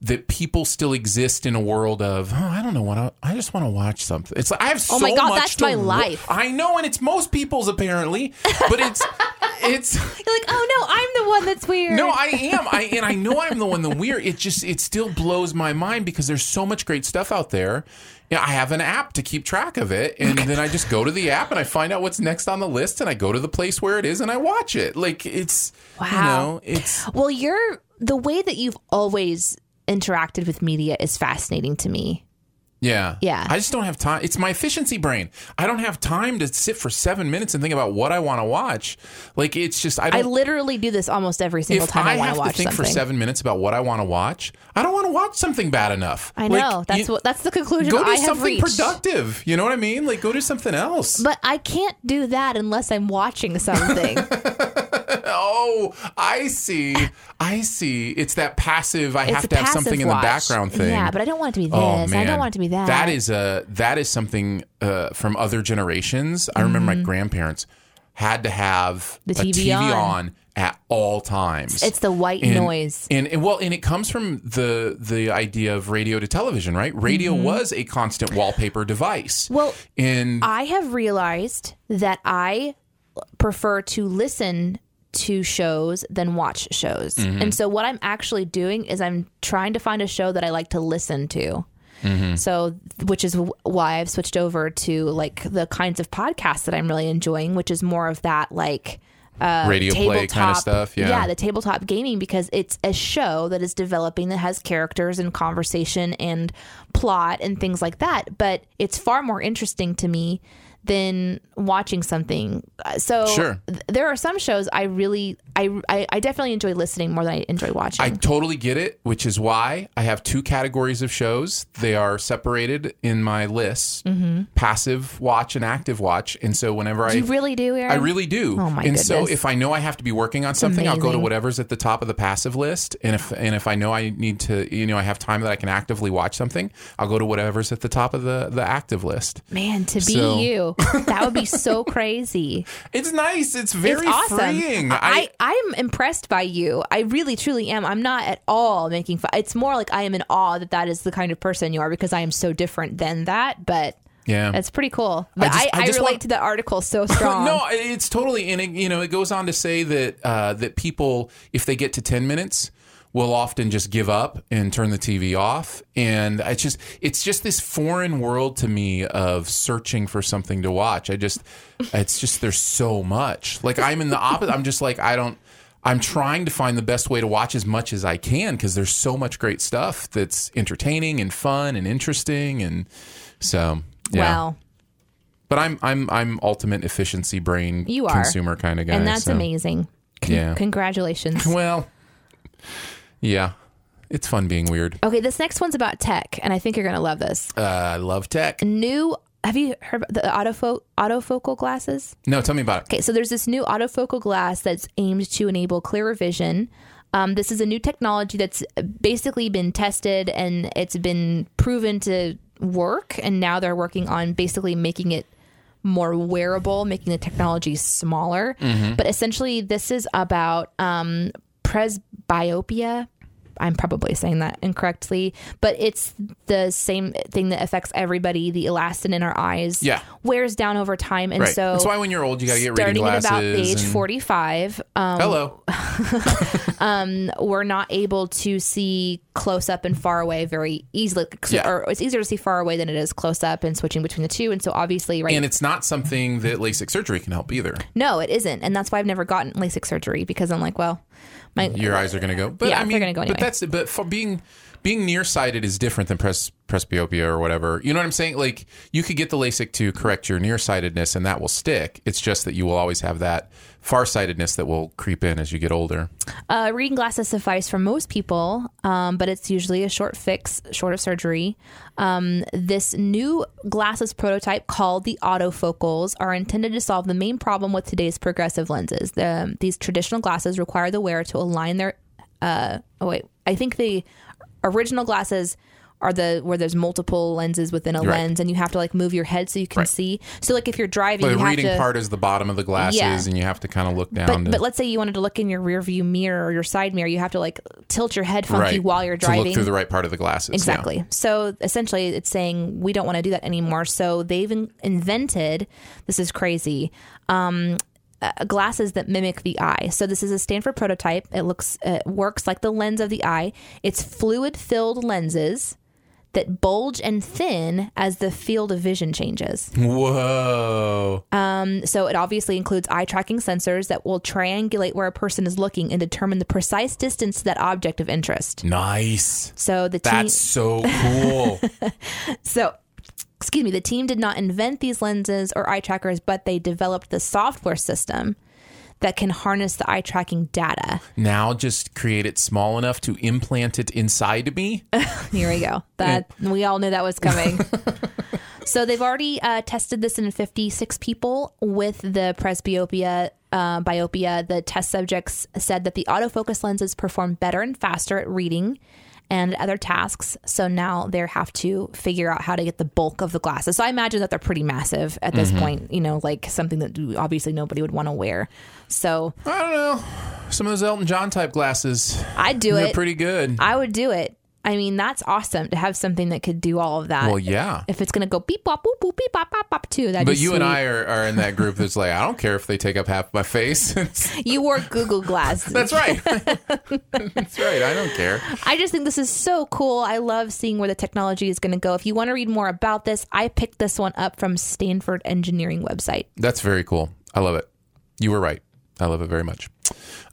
Speaker 3: that people still exist in a world of oh, I don't know what I, I just want to watch something. It's like I have so
Speaker 4: Oh my God,
Speaker 3: much
Speaker 4: that's
Speaker 3: to
Speaker 4: my
Speaker 3: wa-
Speaker 4: life.
Speaker 3: I know, and it's most people's apparently, but it's it's.
Speaker 4: You're like, oh no, I'm the one that's weird.
Speaker 3: No, I am. I and I know I'm the one that weird. It just it still blows my mind because there's so much great stuff out there. Yeah, I have an app to keep track of it, and then I just go to the app and I find out what's next on the list, and I go to the place where it is and I watch it. Like it's you
Speaker 4: Wow.
Speaker 3: know, it's
Speaker 4: well, you're the way that you've always interacted with media is fascinating to me.
Speaker 3: yeah,
Speaker 4: Yeah.
Speaker 3: I just don't have time. It's my efficiency brain. I don't have time to sit for seven minutes and think about what I want to watch. Like it's just I
Speaker 4: I
Speaker 3: don't.
Speaker 4: literally do this almost every single
Speaker 3: if
Speaker 4: time I,
Speaker 3: I,
Speaker 4: want
Speaker 3: have
Speaker 4: to
Speaker 3: to
Speaker 4: watch
Speaker 3: think
Speaker 4: something.
Speaker 3: for seven minutes about what I want to watch, I don't want to watch something bad enough.
Speaker 4: I
Speaker 3: Like,
Speaker 4: know that's
Speaker 3: you-
Speaker 4: what that's the conclusion
Speaker 3: go do
Speaker 4: I have
Speaker 3: something
Speaker 4: reached.
Speaker 3: productive. You know what I mean? Like go do something else.
Speaker 4: but I can't do that unless I'm watching something.
Speaker 3: oh, I see. I see. It's that passive. I
Speaker 4: it's
Speaker 3: have
Speaker 4: a
Speaker 3: to have
Speaker 4: passive
Speaker 3: something in the
Speaker 4: watch.
Speaker 3: background thing.
Speaker 4: Yeah, but I don't want it to be this.
Speaker 3: Oh,
Speaker 4: I
Speaker 3: man.
Speaker 4: don't want it to be that.
Speaker 3: That is a that is something uh, from other generations. I remember my grandparents had to have
Speaker 4: Mm-hmm. The
Speaker 3: a
Speaker 4: TV
Speaker 3: TV on.
Speaker 4: on.
Speaker 3: at all times.
Speaker 4: It's the white
Speaker 3: and,
Speaker 4: noise.
Speaker 3: and, and well, and it comes from the the idea of radio to television, right? Radio was a constant wallpaper device.
Speaker 4: Mm-hmm. Well,
Speaker 3: and
Speaker 4: I have realized that I prefer to listen to shows than watch shows. And so what I'm actually doing is I'm trying to find a show that I like to listen to. So which is wh- why I've switched over to like the kinds of podcasts that I'm really enjoying, which is more of that like
Speaker 3: radio play kind of stuff. Yeah,
Speaker 4: uh, the tabletop gaming because it's a show that is developing that has characters and conversation and plot and things like that. But it's far more interesting to me than watching something. Uh, So
Speaker 3: Sure.
Speaker 4: th- there are some shows I really, I, I, I definitely enjoy listening more than I enjoy watching.
Speaker 3: I totally get it, which is why I have two categories of shows. They are separated in my lists: passive watch and active watch. And so whenever I
Speaker 4: you really Mm-hmm. do, Aaron.
Speaker 3: I really do.
Speaker 4: Oh my
Speaker 3: and so
Speaker 4: goodness.
Speaker 3: if I know I have to be working on something, I'll go to
Speaker 4: amazing.
Speaker 3: whatever's at the top of the passive list. And if and if I know I need to, you know, I have time that I can actively watch something, I'll go to whatever's at the top of the the active list.
Speaker 4: Man, to be
Speaker 3: So-
Speaker 4: you, that would be so crazy.
Speaker 3: It's nice. It's very
Speaker 4: it's awesome.
Speaker 3: freeing.
Speaker 4: I, I am impressed by you. I really truly am. I'm not at all making fun. It's more like I am in awe that that is the kind of person you are because I am so different than that. But
Speaker 3: yeah.
Speaker 4: that's pretty cool. But I,
Speaker 3: just-
Speaker 4: I,
Speaker 3: I just
Speaker 4: relate
Speaker 3: want-
Speaker 4: to the article so strong.
Speaker 3: No, it's totally, and it, you know, it goes on to say that uh, that people, if they get to ten minutes, will often just give up and turn the TV off. And it's just, it's just this foreign world to me of searching for something to watch. I just, it's just there's so much. Like I'm in the opposite. I'm just like I don't. I'm trying to find the best way to watch as much as I can because there's so much great stuff that's entertaining and fun and interesting, and so yeah.
Speaker 4: Wow.
Speaker 3: But I'm I'm I'm ultimate efficiency brain
Speaker 4: You are.
Speaker 3: consumer kind of guy.
Speaker 4: and that's
Speaker 3: so.
Speaker 4: amazing.
Speaker 3: yeah.
Speaker 4: Congratulations.
Speaker 3: Well, yeah. It's fun being weird.
Speaker 4: Okay, this next one's about tech, and I think you're gonna love this.
Speaker 3: Uh, I love tech.
Speaker 4: New. Have you heard about the autofo- autofocal glasses?
Speaker 3: No, tell me about it.
Speaker 4: Okay, so there's this new autofocal glass that's aimed to enable clearer vision. Um, this is a new technology that's basically been tested and it's been proven to work. And now they're working on basically making it more wearable, making the technology smaller.
Speaker 3: Mm-hmm.
Speaker 4: But essentially, this is about um, presbyopia. I'm probably saying that incorrectly, but it's the same thing that affects everybody. The elastin in our eyes
Speaker 3: Yeah.
Speaker 4: wears down over time, and
Speaker 3: Right.
Speaker 4: so
Speaker 3: That's why when you're old, you got to get reading
Speaker 4: starting at
Speaker 3: glasses.
Speaker 4: about age
Speaker 3: and-
Speaker 4: 45 um,
Speaker 3: Hello.
Speaker 4: we're not able to see close up and far away very easily
Speaker 3: Yeah.
Speaker 4: or it's easier to see far away than it is close up and switching between the two and so obviously right
Speaker 3: And it's not something that LASIK surgery can help either.
Speaker 4: no it isn't and that's why i've never gotten lasik surgery because i'm like well my
Speaker 3: Your eyes are going to go. But
Speaker 4: Yeah,
Speaker 3: I mean,
Speaker 4: they're gonna go
Speaker 3: But
Speaker 4: anyway.
Speaker 3: that's but for being being nearsighted is different than pres- presbyopia or whatever. You know what I'm saying? Like you could get the LASIK to correct your nearsightedness, and that will stick. It's just that you will always have that farsightedness that will creep in as you get older.
Speaker 4: Uh, reading glasses suffice for most people, um, but it's usually a short fix, short of surgery. Um, this new glasses prototype called the autofocals are intended to solve the main problem with today's progressive lenses. The, these traditional glasses require the wearer to align their. Uh, oh wait, I think the original glasses are the where there's multiple lenses within a
Speaker 3: Right.
Speaker 4: lens, and you have to like move your head so you can see. So like if you're driving,
Speaker 3: The
Speaker 4: you have
Speaker 3: reading
Speaker 4: to.
Speaker 3: part is the bottom of the glasses,
Speaker 4: Yeah.
Speaker 3: and you have to kind of look down.
Speaker 4: But,
Speaker 3: to,
Speaker 4: but let's say you wanted to look in your rearview mirror or your side mirror, you have to like tilt your head funky while you're
Speaker 3: to
Speaker 4: driving.
Speaker 3: look through the right part of the glasses.
Speaker 4: exactly. So essentially, it's saying we don't want to do that anymore. So they've in- invented this is crazy. Um, uh, glasses that mimic the eye. So this is a Stanford prototype. It looks it works like the lens of the eye. It's fluid filled lenses that bulge and thin as the field of vision changes.
Speaker 3: Yeah. Whoa.
Speaker 4: Uh, So it obviously includes eye tracking sensors that will triangulate where a person is looking and determine the precise distance to that object of interest.
Speaker 3: nice.
Speaker 4: So the team,
Speaker 3: That's so cool.
Speaker 4: so excuse me, the team did not invent these lenses or eye trackers, but they developed the software system that can harness the eye tracking data.
Speaker 3: now just create it small enough to implant it inside me.
Speaker 4: Here we go. That we all knew that was coming. so they've already uh, tested this in 56 people with the presbyopia. Uh, biopia. The test subjects said that the autofocus lenses perform better and faster at reading and other tasks. So now they have to figure out how to get the bulk of the glasses. So I imagine that they're pretty massive at this
Speaker 3: Mm-hmm.
Speaker 4: point. You know, like something that obviously nobody would want to wear. So
Speaker 3: I don't know. Some of those Elton John type glasses.
Speaker 4: I'd do
Speaker 3: They're
Speaker 4: it.
Speaker 3: pretty good.
Speaker 4: I would do it. I mean, that's awesome to have something that could do all of that.
Speaker 3: well, yeah.
Speaker 4: If it's gonna go beep bop boop boop beep bop bop bop too, that
Speaker 3: But you and I are, are in that group that's like, I don't care if they take up half my face.
Speaker 4: you wore Google Glass.
Speaker 3: that's right. that's right. I don't care.
Speaker 4: I just think this is so cool. I love seeing where the technology is gonna go. If you want to read more about this, I picked this one up from Stanford Engineering website.
Speaker 3: That's very cool. I love it. You were right. I love it very much.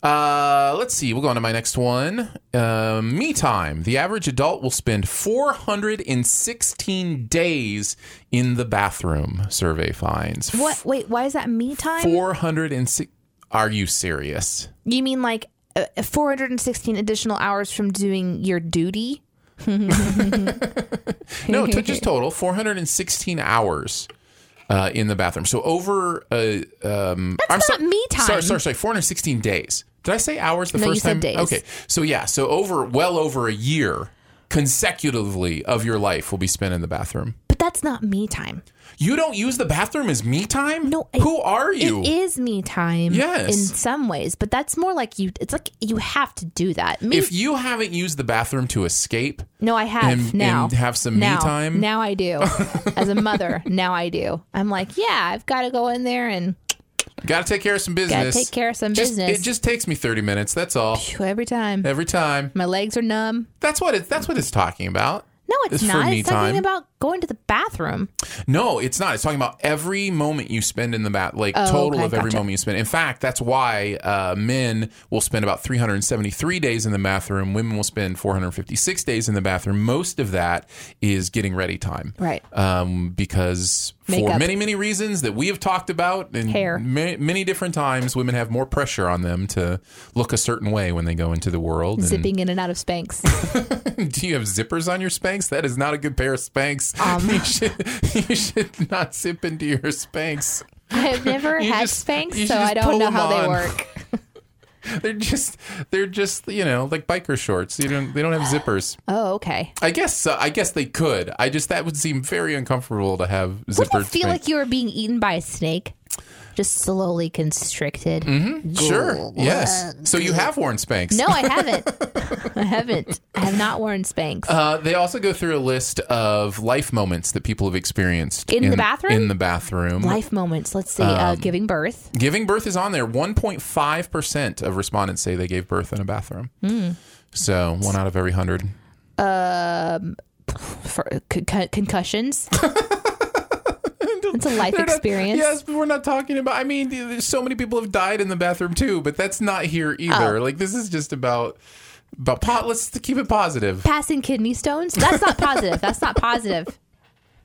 Speaker 3: Uh, let's see. We'll go on to my next one. Uh, me time. The average adult will spend 416 days in the bathroom. Survey finds.
Speaker 4: What? Wait, why is that me time?
Speaker 3: 406. Are you serious?
Speaker 4: You mean like uh, 416 additional hours from doing your duty?
Speaker 3: No, t- just total 416 hours uh, in the bathroom. So over. Uh, um, That's
Speaker 4: not me time.
Speaker 3: Sorry, sorry, sorry. 416 days. Did I say hours the
Speaker 4: No, you
Speaker 3: first
Speaker 4: said
Speaker 3: time?
Speaker 4: days.
Speaker 3: Okay. So yeah, so over well over a year consecutively of your life will be spent in the bathroom.
Speaker 4: But that's not me time.
Speaker 3: You don't use the bathroom as me time?
Speaker 4: No, it-
Speaker 3: Who are you?
Speaker 4: It is me time.
Speaker 3: Yes.
Speaker 4: In some ways, but that's more like you. It's like you have to do that. Me
Speaker 3: if you haven't used the bathroom to escape,
Speaker 4: No, I have
Speaker 3: And-
Speaker 4: now.
Speaker 3: and have some me
Speaker 4: Now.
Speaker 3: time?
Speaker 4: Now I do. As a mother, now I do. I'm like, yeah, I've got to go in there and
Speaker 3: got to take care of some business.
Speaker 4: take care of some
Speaker 3: Just-
Speaker 4: business.
Speaker 3: It just takes me 30 minutes. That's all.
Speaker 4: phew, every time
Speaker 3: Every time.
Speaker 4: my legs are numb.
Speaker 3: That's what it, that's what it's talking about.
Speaker 4: No, it's,
Speaker 3: It's for
Speaker 4: not.
Speaker 3: me
Speaker 4: it's
Speaker 3: time.
Speaker 4: talking about going to the bathroom.
Speaker 3: No, it's not. It's talking about every moment you spend in the bath, like total
Speaker 4: Oh, okay,
Speaker 3: of every
Speaker 4: gotcha.
Speaker 3: moment you spend. In fact, that's why uh, men will spend about 373 days in the bathroom. Women will spend 456 days in the bathroom. Most of that is getting ready time.
Speaker 4: Right.
Speaker 3: Um, because for
Speaker 4: Makeup.
Speaker 3: many, many reasons that we have talked about and
Speaker 4: Hair.
Speaker 3: ma- many different times, women have more pressure on them to look a certain way when they go into the world. And-
Speaker 4: Zipping in and out of Spanx.
Speaker 3: do you have zippers on your Spanx? That is not a good pair of Spanx.
Speaker 4: Um.
Speaker 3: you should you should not zip into your Spanx.
Speaker 4: I have never
Speaker 3: You
Speaker 4: had
Speaker 3: just- you
Speaker 4: Spanx,
Speaker 3: should
Speaker 4: so I
Speaker 3: just pull
Speaker 4: don't know
Speaker 3: them
Speaker 4: how
Speaker 3: on.
Speaker 4: they work.
Speaker 3: They're just they're just you know like biker shorts. You don't they don't have zippers.
Speaker 4: Oh, okay.
Speaker 3: I guess uh, I guess they could. I just that would seem very uncomfortable to have
Speaker 4: Would
Speaker 3: zippered.
Speaker 4: you feel like you were being eaten by a snake? Just slowly constricted.
Speaker 3: you sure? Yes. So you have worn Spanx.
Speaker 4: No, I haven't. I haven't. I have not worn Spanx.
Speaker 3: Uh, they also go through a list of life moments that people have experienced
Speaker 4: In the bathroom?
Speaker 3: In the bathroom,
Speaker 4: Life moments. Let's see. uh,
Speaker 3: Um,
Speaker 4: giving birth.
Speaker 3: Giving birth is on there. 1.5% of respondents say they gave birth in a bathroom.
Speaker 4: Hmm.
Speaker 3: So one out of every hundred.
Speaker 4: For, con- con- concussions. it's a life
Speaker 3: They're not-
Speaker 4: experience.
Speaker 3: yes, but we're not talking about. I mean, there's so many people have died in the bathroom too, but that's not here
Speaker 4: Oh.
Speaker 3: either. Like this is just about about pot. Let's keep it positive.
Speaker 4: Passing kidney stones. That's not positive. That's not positive.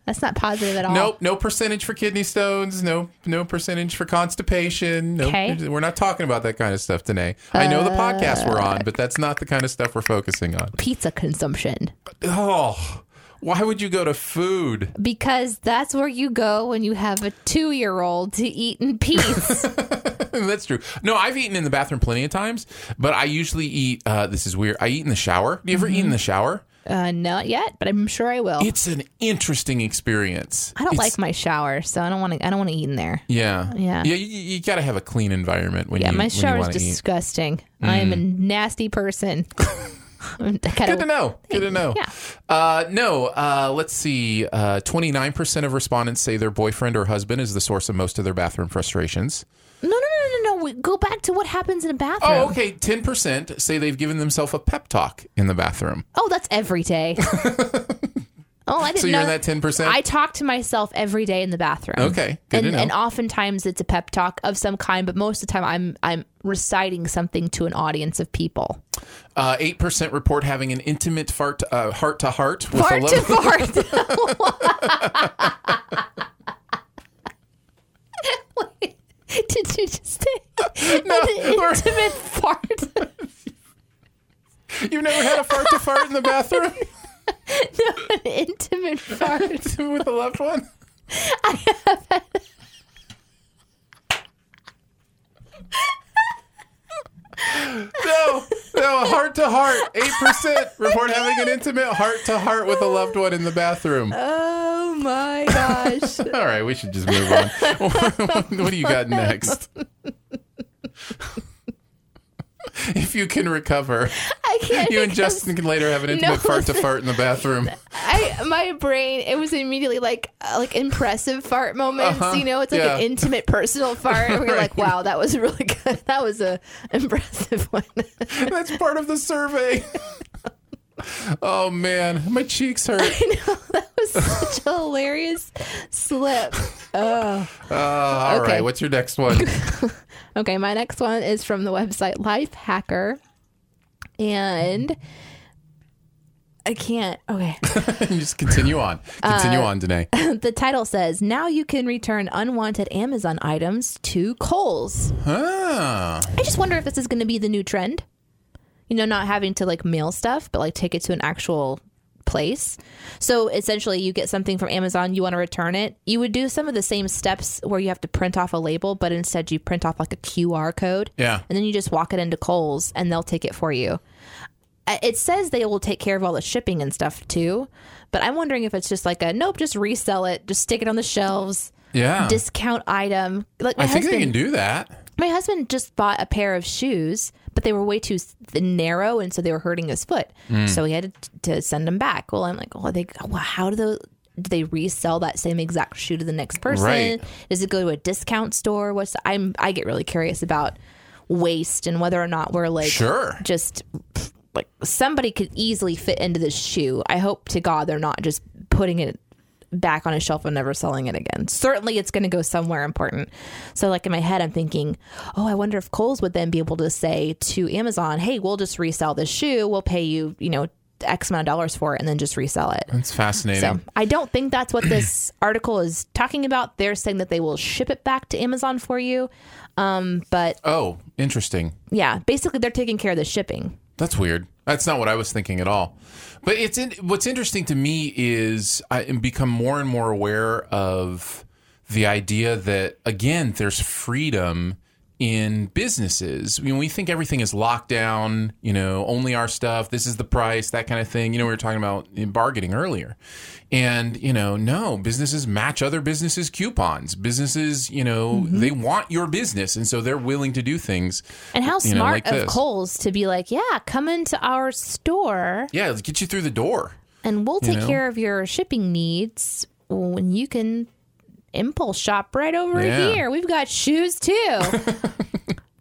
Speaker 4: That's not positive at all.
Speaker 3: Nope, no percentage for kidney stones. No, no percentage for constipation. No,
Speaker 4: Okay.
Speaker 3: we're not talking about that kind of stuff today. I know the podcast we're on, but that's not the kind of stuff we're focusing on.
Speaker 4: Pizza consumption.
Speaker 3: Oh, why would you go to food?
Speaker 4: Because that's where you go when you have a two year old to eat in peace.
Speaker 3: That's true. No, I've eaten in the bathroom plenty of times, but I usually eat. Uh, this is weird. I eat in the shower. Do you ever eat in the shower?
Speaker 4: uh, not yet, but I'm sure I will.
Speaker 3: It's an interesting experience.
Speaker 4: I don't
Speaker 3: It's-
Speaker 4: like my shower, so I don't want to. I don't want to eat in there.
Speaker 3: Yeah,
Speaker 4: Yeah.
Speaker 3: yeah. You, you got to have a clean environment when
Speaker 4: Yeah,
Speaker 3: you.
Speaker 4: my
Speaker 3: when you
Speaker 4: shower is
Speaker 3: wanna eat. Mm.
Speaker 4: disgusting. I am a nasty person. I
Speaker 3: Good
Speaker 4: gotta-
Speaker 3: to know. Good to know.
Speaker 4: Yeah.
Speaker 3: Uh, no. Uh, let's see. Twenty nine percent of respondents say their boyfriend or husband is the source of most of their bathroom frustrations.
Speaker 4: No, no, no, no, no, no. We go back to what happens in a bathroom.
Speaker 3: Oh, okay. Ten percent say they've given themselves a pep talk in the bathroom.
Speaker 4: Oh, that's every day. oh, I didn't
Speaker 3: So you're
Speaker 4: know.
Speaker 3: in that ten
Speaker 4: I
Speaker 3: percent.
Speaker 4: talk to myself every day in the bathroom.
Speaker 3: Okay, good
Speaker 4: and,
Speaker 3: to know.
Speaker 4: and oftentimes it's a pep talk of some kind, but most of the time I'm I'm reciting something to an audience of people.
Speaker 3: uh, Eight percent report having an intimate fart uh, heart to heart with
Speaker 4: Fart
Speaker 3: a
Speaker 4: to
Speaker 3: level.
Speaker 4: fart. Wait, Did you just say an
Speaker 3: we're-
Speaker 4: intimate fart?
Speaker 3: You've never had a fart to fart in the bathroom
Speaker 4: an intimate fart.
Speaker 3: with the left one. No, no, heart to heart. Eight percent report having an intimate heart to heart with a loved one in the bathroom. All
Speaker 4: Oh my gosh.
Speaker 3: right, we should just move on. what do you got next? if you can recover,
Speaker 4: I can't.
Speaker 3: you and
Speaker 4: think of-
Speaker 3: Justin can later have an intimate fart to fart in the bathroom.
Speaker 4: I my brain it was immediately like uh, like impressive fart moments.
Speaker 3: Uh-huh.
Speaker 4: You know, it's like
Speaker 3: Yeah.
Speaker 4: an intimate personal fart. And we're like, wow, that was really good. That was a impressive one.
Speaker 3: That's part of the survey. oh man, my cheeks hurt.
Speaker 4: that was such a hilarious slip.
Speaker 3: Uh, all
Speaker 4: Okay.
Speaker 3: right, what's your next one?
Speaker 4: Okay, my next one is from the website Life Hacker, and I can't. Okay.
Speaker 3: You Just continue on. Continue
Speaker 4: Uh,
Speaker 3: on, Danae.
Speaker 4: the title says now you can return unwanted Amazon items to Kohl's.
Speaker 3: Ah,
Speaker 4: I just wonder if this is going to be the new trend. You know, not having to like mail stuff, but like take it to an actual place. So essentially, you get something from Amazon, you want to return it. You would do some of the same steps where you have to print off a label, but instead you print off like a QR code.
Speaker 3: Yeah.
Speaker 4: And then you just walk it into Kohl's and they'll take it for you. Uh, It says they will take care of all the shipping and stuff too, but I'm wondering if it's just like a nope, just resell it, just stick it on the shelves,
Speaker 3: yeah.
Speaker 4: discount item. Like my
Speaker 3: I think
Speaker 4: husband,
Speaker 3: they can do that.
Speaker 4: my husband just bought a pair of shoes, but they were way too s- narrow, and so they were hurting his foot.
Speaker 3: Hmm.
Speaker 4: So he had to, to send them back. Well, I'm like, well, they, well how do those? Do they resell that same exact shoe to the next person?
Speaker 3: Right.
Speaker 4: Does it go to a discount store? What's I'm I get really curious about waste and whether or not we're like
Speaker 3: Sure.
Speaker 4: just pff, like somebody could easily fit into this shoe. I hope to God they're not just putting it back on a shelf and never selling it again. Certainly, it's going to go somewhere important. So, like in my head, I'm thinking, oh, I wonder if Kohl's would then be able to say to Amazon, hey, we'll just resell this shoe. We'll pay you, you know, X amount of dollars for it and then just resell it.
Speaker 3: That's fascinating.
Speaker 4: So I don't think that's what this article is talking about. They're saying that they will ship it back to Amazon for you. Um, but
Speaker 3: Oh, interesting.
Speaker 4: yeah, basically they're taking care of the shipping.
Speaker 3: That's weird. That's not what I was thinking at all. But it's in, what's interesting to me is I am become more and more aware of the idea that again, there's freedom in businesses. I mean, we think everything is locked down. You know, only our stuff. This is the price. That kind of thing. You know, we were talking about in bargaining earlier, and you know, no businesses match other businesses' coupons. Businesses, you know,
Speaker 4: Mm-hmm.
Speaker 3: they want your business, and so they're willing to do things.
Speaker 4: And how
Speaker 3: You know,
Speaker 4: smart
Speaker 3: like
Speaker 4: of
Speaker 3: this.
Speaker 4: Kohl's to be like, yeah, come into our store
Speaker 3: Yeah, let's get you through the door.
Speaker 4: and we'll take
Speaker 3: know?
Speaker 4: care of your shipping needs when you can impulse shop right over
Speaker 3: Yeah.
Speaker 4: here. We've got shoes too.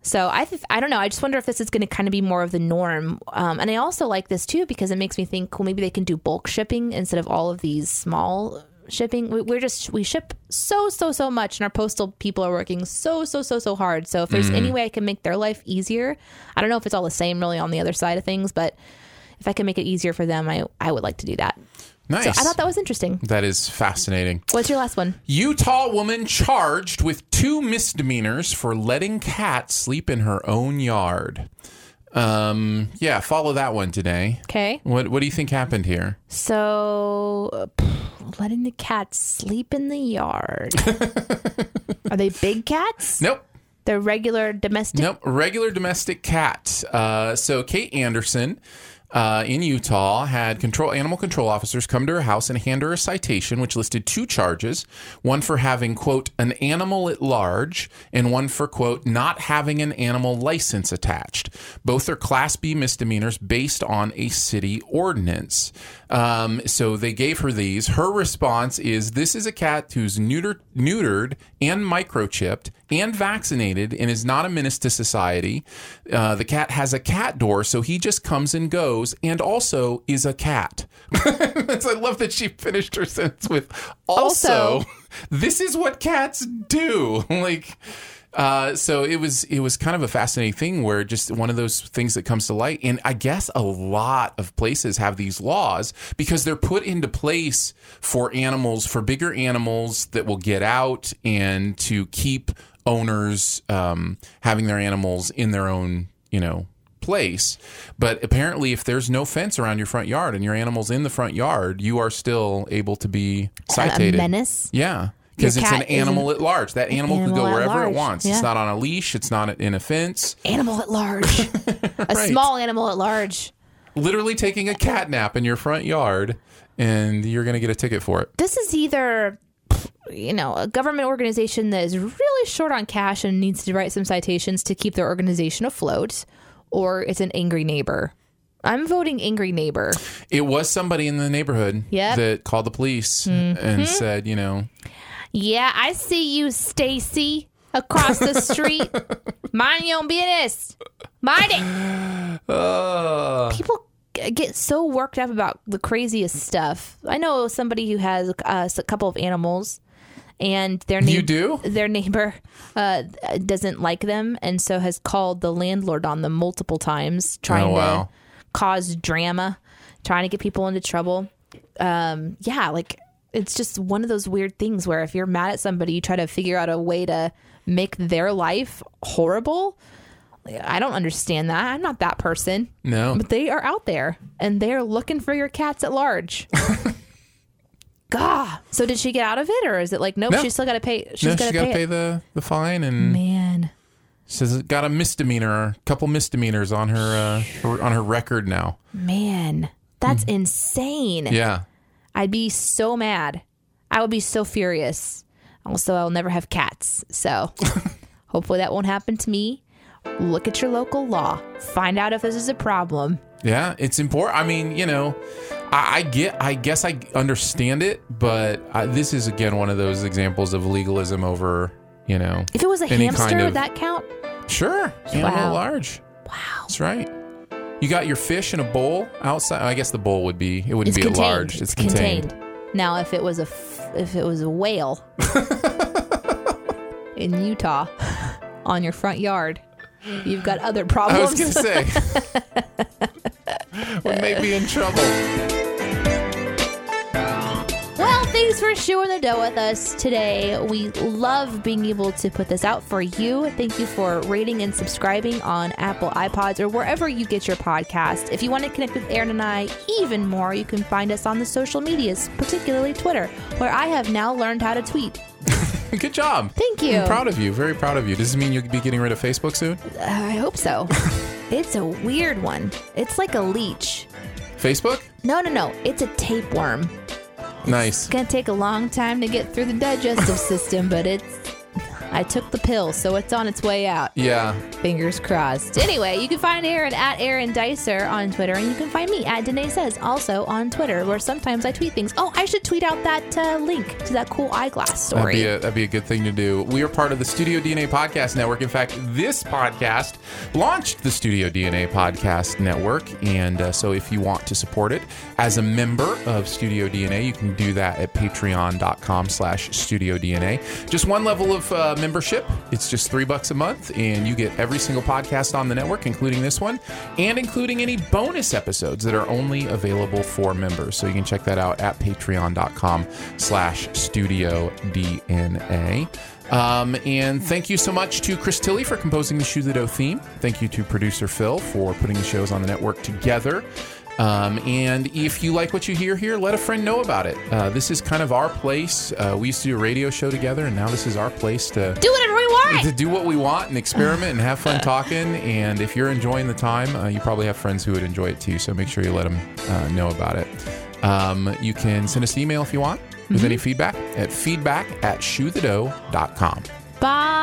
Speaker 4: so I, th- I don't know. I just wonder if this is going to kind of be more of the norm. Um, and I also like this too because it makes me think, well, maybe they can do bulk shipping instead of all of these small shipping. We, we're just we ship so so so much, and our postal people are working so so so so hard. So if there's any way I can make their life easier, I don't know if it's all the same really on the other side of things, but if I can make it easier for them, I I would like to do that.
Speaker 3: Nice.
Speaker 4: So I thought that was interesting.
Speaker 3: That is fascinating.
Speaker 4: What's your last one?
Speaker 3: Utah woman charged with two misdemeanors for letting cat sleep in her own yard. Um, yeah, follow that one today.
Speaker 4: Okay.
Speaker 3: What what do you think happened here?
Speaker 4: So, uh, pff, letting the cats sleep in the yard. Are they big cats?
Speaker 3: Nope.
Speaker 4: They're regular domestic.
Speaker 3: Nope, regular domestic cat. Uh, so Kate Anderson uh, in Utah had control animal control officers come to her house and hand her a citation, which listed two charges: one for having quote an animal at large, and one for quote not having an animal license attached. Both are Class B misdemeanors based on a city ordinance. Um, so they gave her these. Her response is: This is a cat who's neutered, neutered and microchipped and vaccinated and is not a menace to society. Uh, the cat has a cat door, so he just comes and goes, and also is a cat. That's- I love that she finished her sentence with also.
Speaker 4: Also.
Speaker 3: This is what cats do. like. Uh, so it was it was kind of a fascinating thing where just one of those things that comes to light, and I guess a lot of places have these laws because they're put into place for animals, for bigger animals that will get out and to keep owners um, having their animals in their own you know place. But apparently, if there's no fence around your front yard and your animal's in the front yard, you are still able to be
Speaker 4: A
Speaker 3: citated.
Speaker 4: menace.
Speaker 3: Yeah. Because
Speaker 4: Your
Speaker 3: it's an
Speaker 4: cat is
Speaker 3: animal at large. That animal, could
Speaker 4: animal
Speaker 3: go
Speaker 4: at
Speaker 3: wherever it
Speaker 4: large.
Speaker 3: wants.
Speaker 4: Yeah.
Speaker 3: It's not on a leash. It's not in a fence.
Speaker 4: Animal at large. A small animal at large.
Speaker 3: Literally taking a cat nap in your front yard, and you're going to get a ticket for it.
Speaker 4: This is either, pff, you know, a government organization that is really short on cash and needs to write some citations to keep their organization afloat, or it's an angry neighbor. I'm voting angry neighbor.
Speaker 3: It was somebody in the neighborhood
Speaker 4: Yep. Mm-hmm.
Speaker 3: that called the police and said, you know,
Speaker 4: Yeah, I see you, Stacy, across the street. Mind your own business. Mind it.
Speaker 3: uh,
Speaker 4: People g- get so worked up about the craziest stuff. I know somebody who has uh, s- a couple of animals, and their neighbor,
Speaker 3: You do?
Speaker 4: their neighbor uh, doesn't like them, and so has called the landlord on them multiple times, trying
Speaker 3: Oh, wow.
Speaker 4: to cause drama, trying to get people into trouble Um, yeah, like it's just one of those weird things where if you're mad at somebody, you try to figure out a way to make their life horrible. I don't understand that. I'm not that person.
Speaker 3: no.
Speaker 4: But they are out there and they are looking for your cats at large. Gah. So did she get out of it or is it like nope,
Speaker 3: No.
Speaker 4: she's still gotta pay she's
Speaker 3: No,
Speaker 4: gotta
Speaker 3: she's got to
Speaker 4: pay,
Speaker 3: pay
Speaker 4: it.
Speaker 3: the, the fine and
Speaker 4: Man.
Speaker 3: says it got a misdemeanor, a couple misdemeanors on her, uh, her on her record now.
Speaker 4: Man. That's insane.
Speaker 3: Hmm. Yeah.
Speaker 4: I'd be so mad. I would be so furious. Also, I'll never have cats. So hopefully that won't happen to me. Look at your local law. Find out if this is a problem.
Speaker 3: Yeah, it's important. I mean, you know, I, I get, I guess I understand it, but I, this is again one of those examples of legalism over, you know,
Speaker 4: If it was a
Speaker 3: Any
Speaker 4: hamster,
Speaker 3: kind of-
Speaker 4: would that count?
Speaker 3: sure, animal
Speaker 4: Wow.
Speaker 3: at large. Wow, that's right. You got your fish in a bowl outside. I guess the bowl would be it wouldn't
Speaker 4: It's
Speaker 3: be
Speaker 4: contained.
Speaker 3: at large. It's, contained.
Speaker 4: Now, if it was a f- if it was a whale in Utah on your front yard, you've got other
Speaker 3: I was
Speaker 4: problems.
Speaker 3: gonna say we may be in trouble.
Speaker 4: Well, thanks for shooing the dough with us today. We love being able to put this out for you. Thank you for rating and subscribing on Apple iPods or wherever you get your podcast. If you want to connect with Aaron and I even more, you can find us on the social medias, particularly Twitter, where I have now learned how to tweet.
Speaker 3: Good job.
Speaker 4: Thank you.
Speaker 3: I'm proud of you. Very proud of you. Does this mean you'll be getting rid of Facebook soon?
Speaker 4: I hope so. it's a weird one. It's like a leech.
Speaker 3: Facebook?
Speaker 4: No, no, no. It's a tapeworm.
Speaker 3: Nice.
Speaker 4: It's gonna take a long time to get through the digestive system, but it's. I took the pill, so it's on its way out.
Speaker 3: Yeah.
Speaker 4: Fingers crossed. Anyway, you can find Aaron at Aaron Dicer on Twitter, and you can find me at Danae Says also on Twitter, where sometimes I tweet things. Oh, I should tweet out that uh, link to that cool eyeglass
Speaker 3: That'd be,
Speaker 4: story.
Speaker 3: a, that'd be a good thing to do. We are part of the Studio DNA Podcast Network. In fact, this podcast launched the Studio DNA Podcast Network. And uh, so if you want to support it as a member of Studio DNA, you can do that at patreon.com slash studio DNA. Just one level of uh, membership. It's just three bucks a month. And you get every single podcast on the network, including this one, and including any bonus episodes that are only available for members. So you can check that out at patreon.com slash studio DNA. Um, and thank you so much to Chris Tilley for composing the Shoe the Dough theme. Thank you to producer Phil for putting the shows on the network together. Um, and if you like what you hear here, let a friend know about it. Uh, this is kind of our place. Uh, we used to do a radio show together, and now this is our place to
Speaker 4: Do whatever we want.
Speaker 3: to do what we want and experiment and have fun talking. And if you're enjoying the time, uh, you probably have friends who would enjoy it too. So make sure you let them uh, know about it. Um, you can send us an email if you want with any feedback at feedback at shoethedough.com.
Speaker 4: Bye.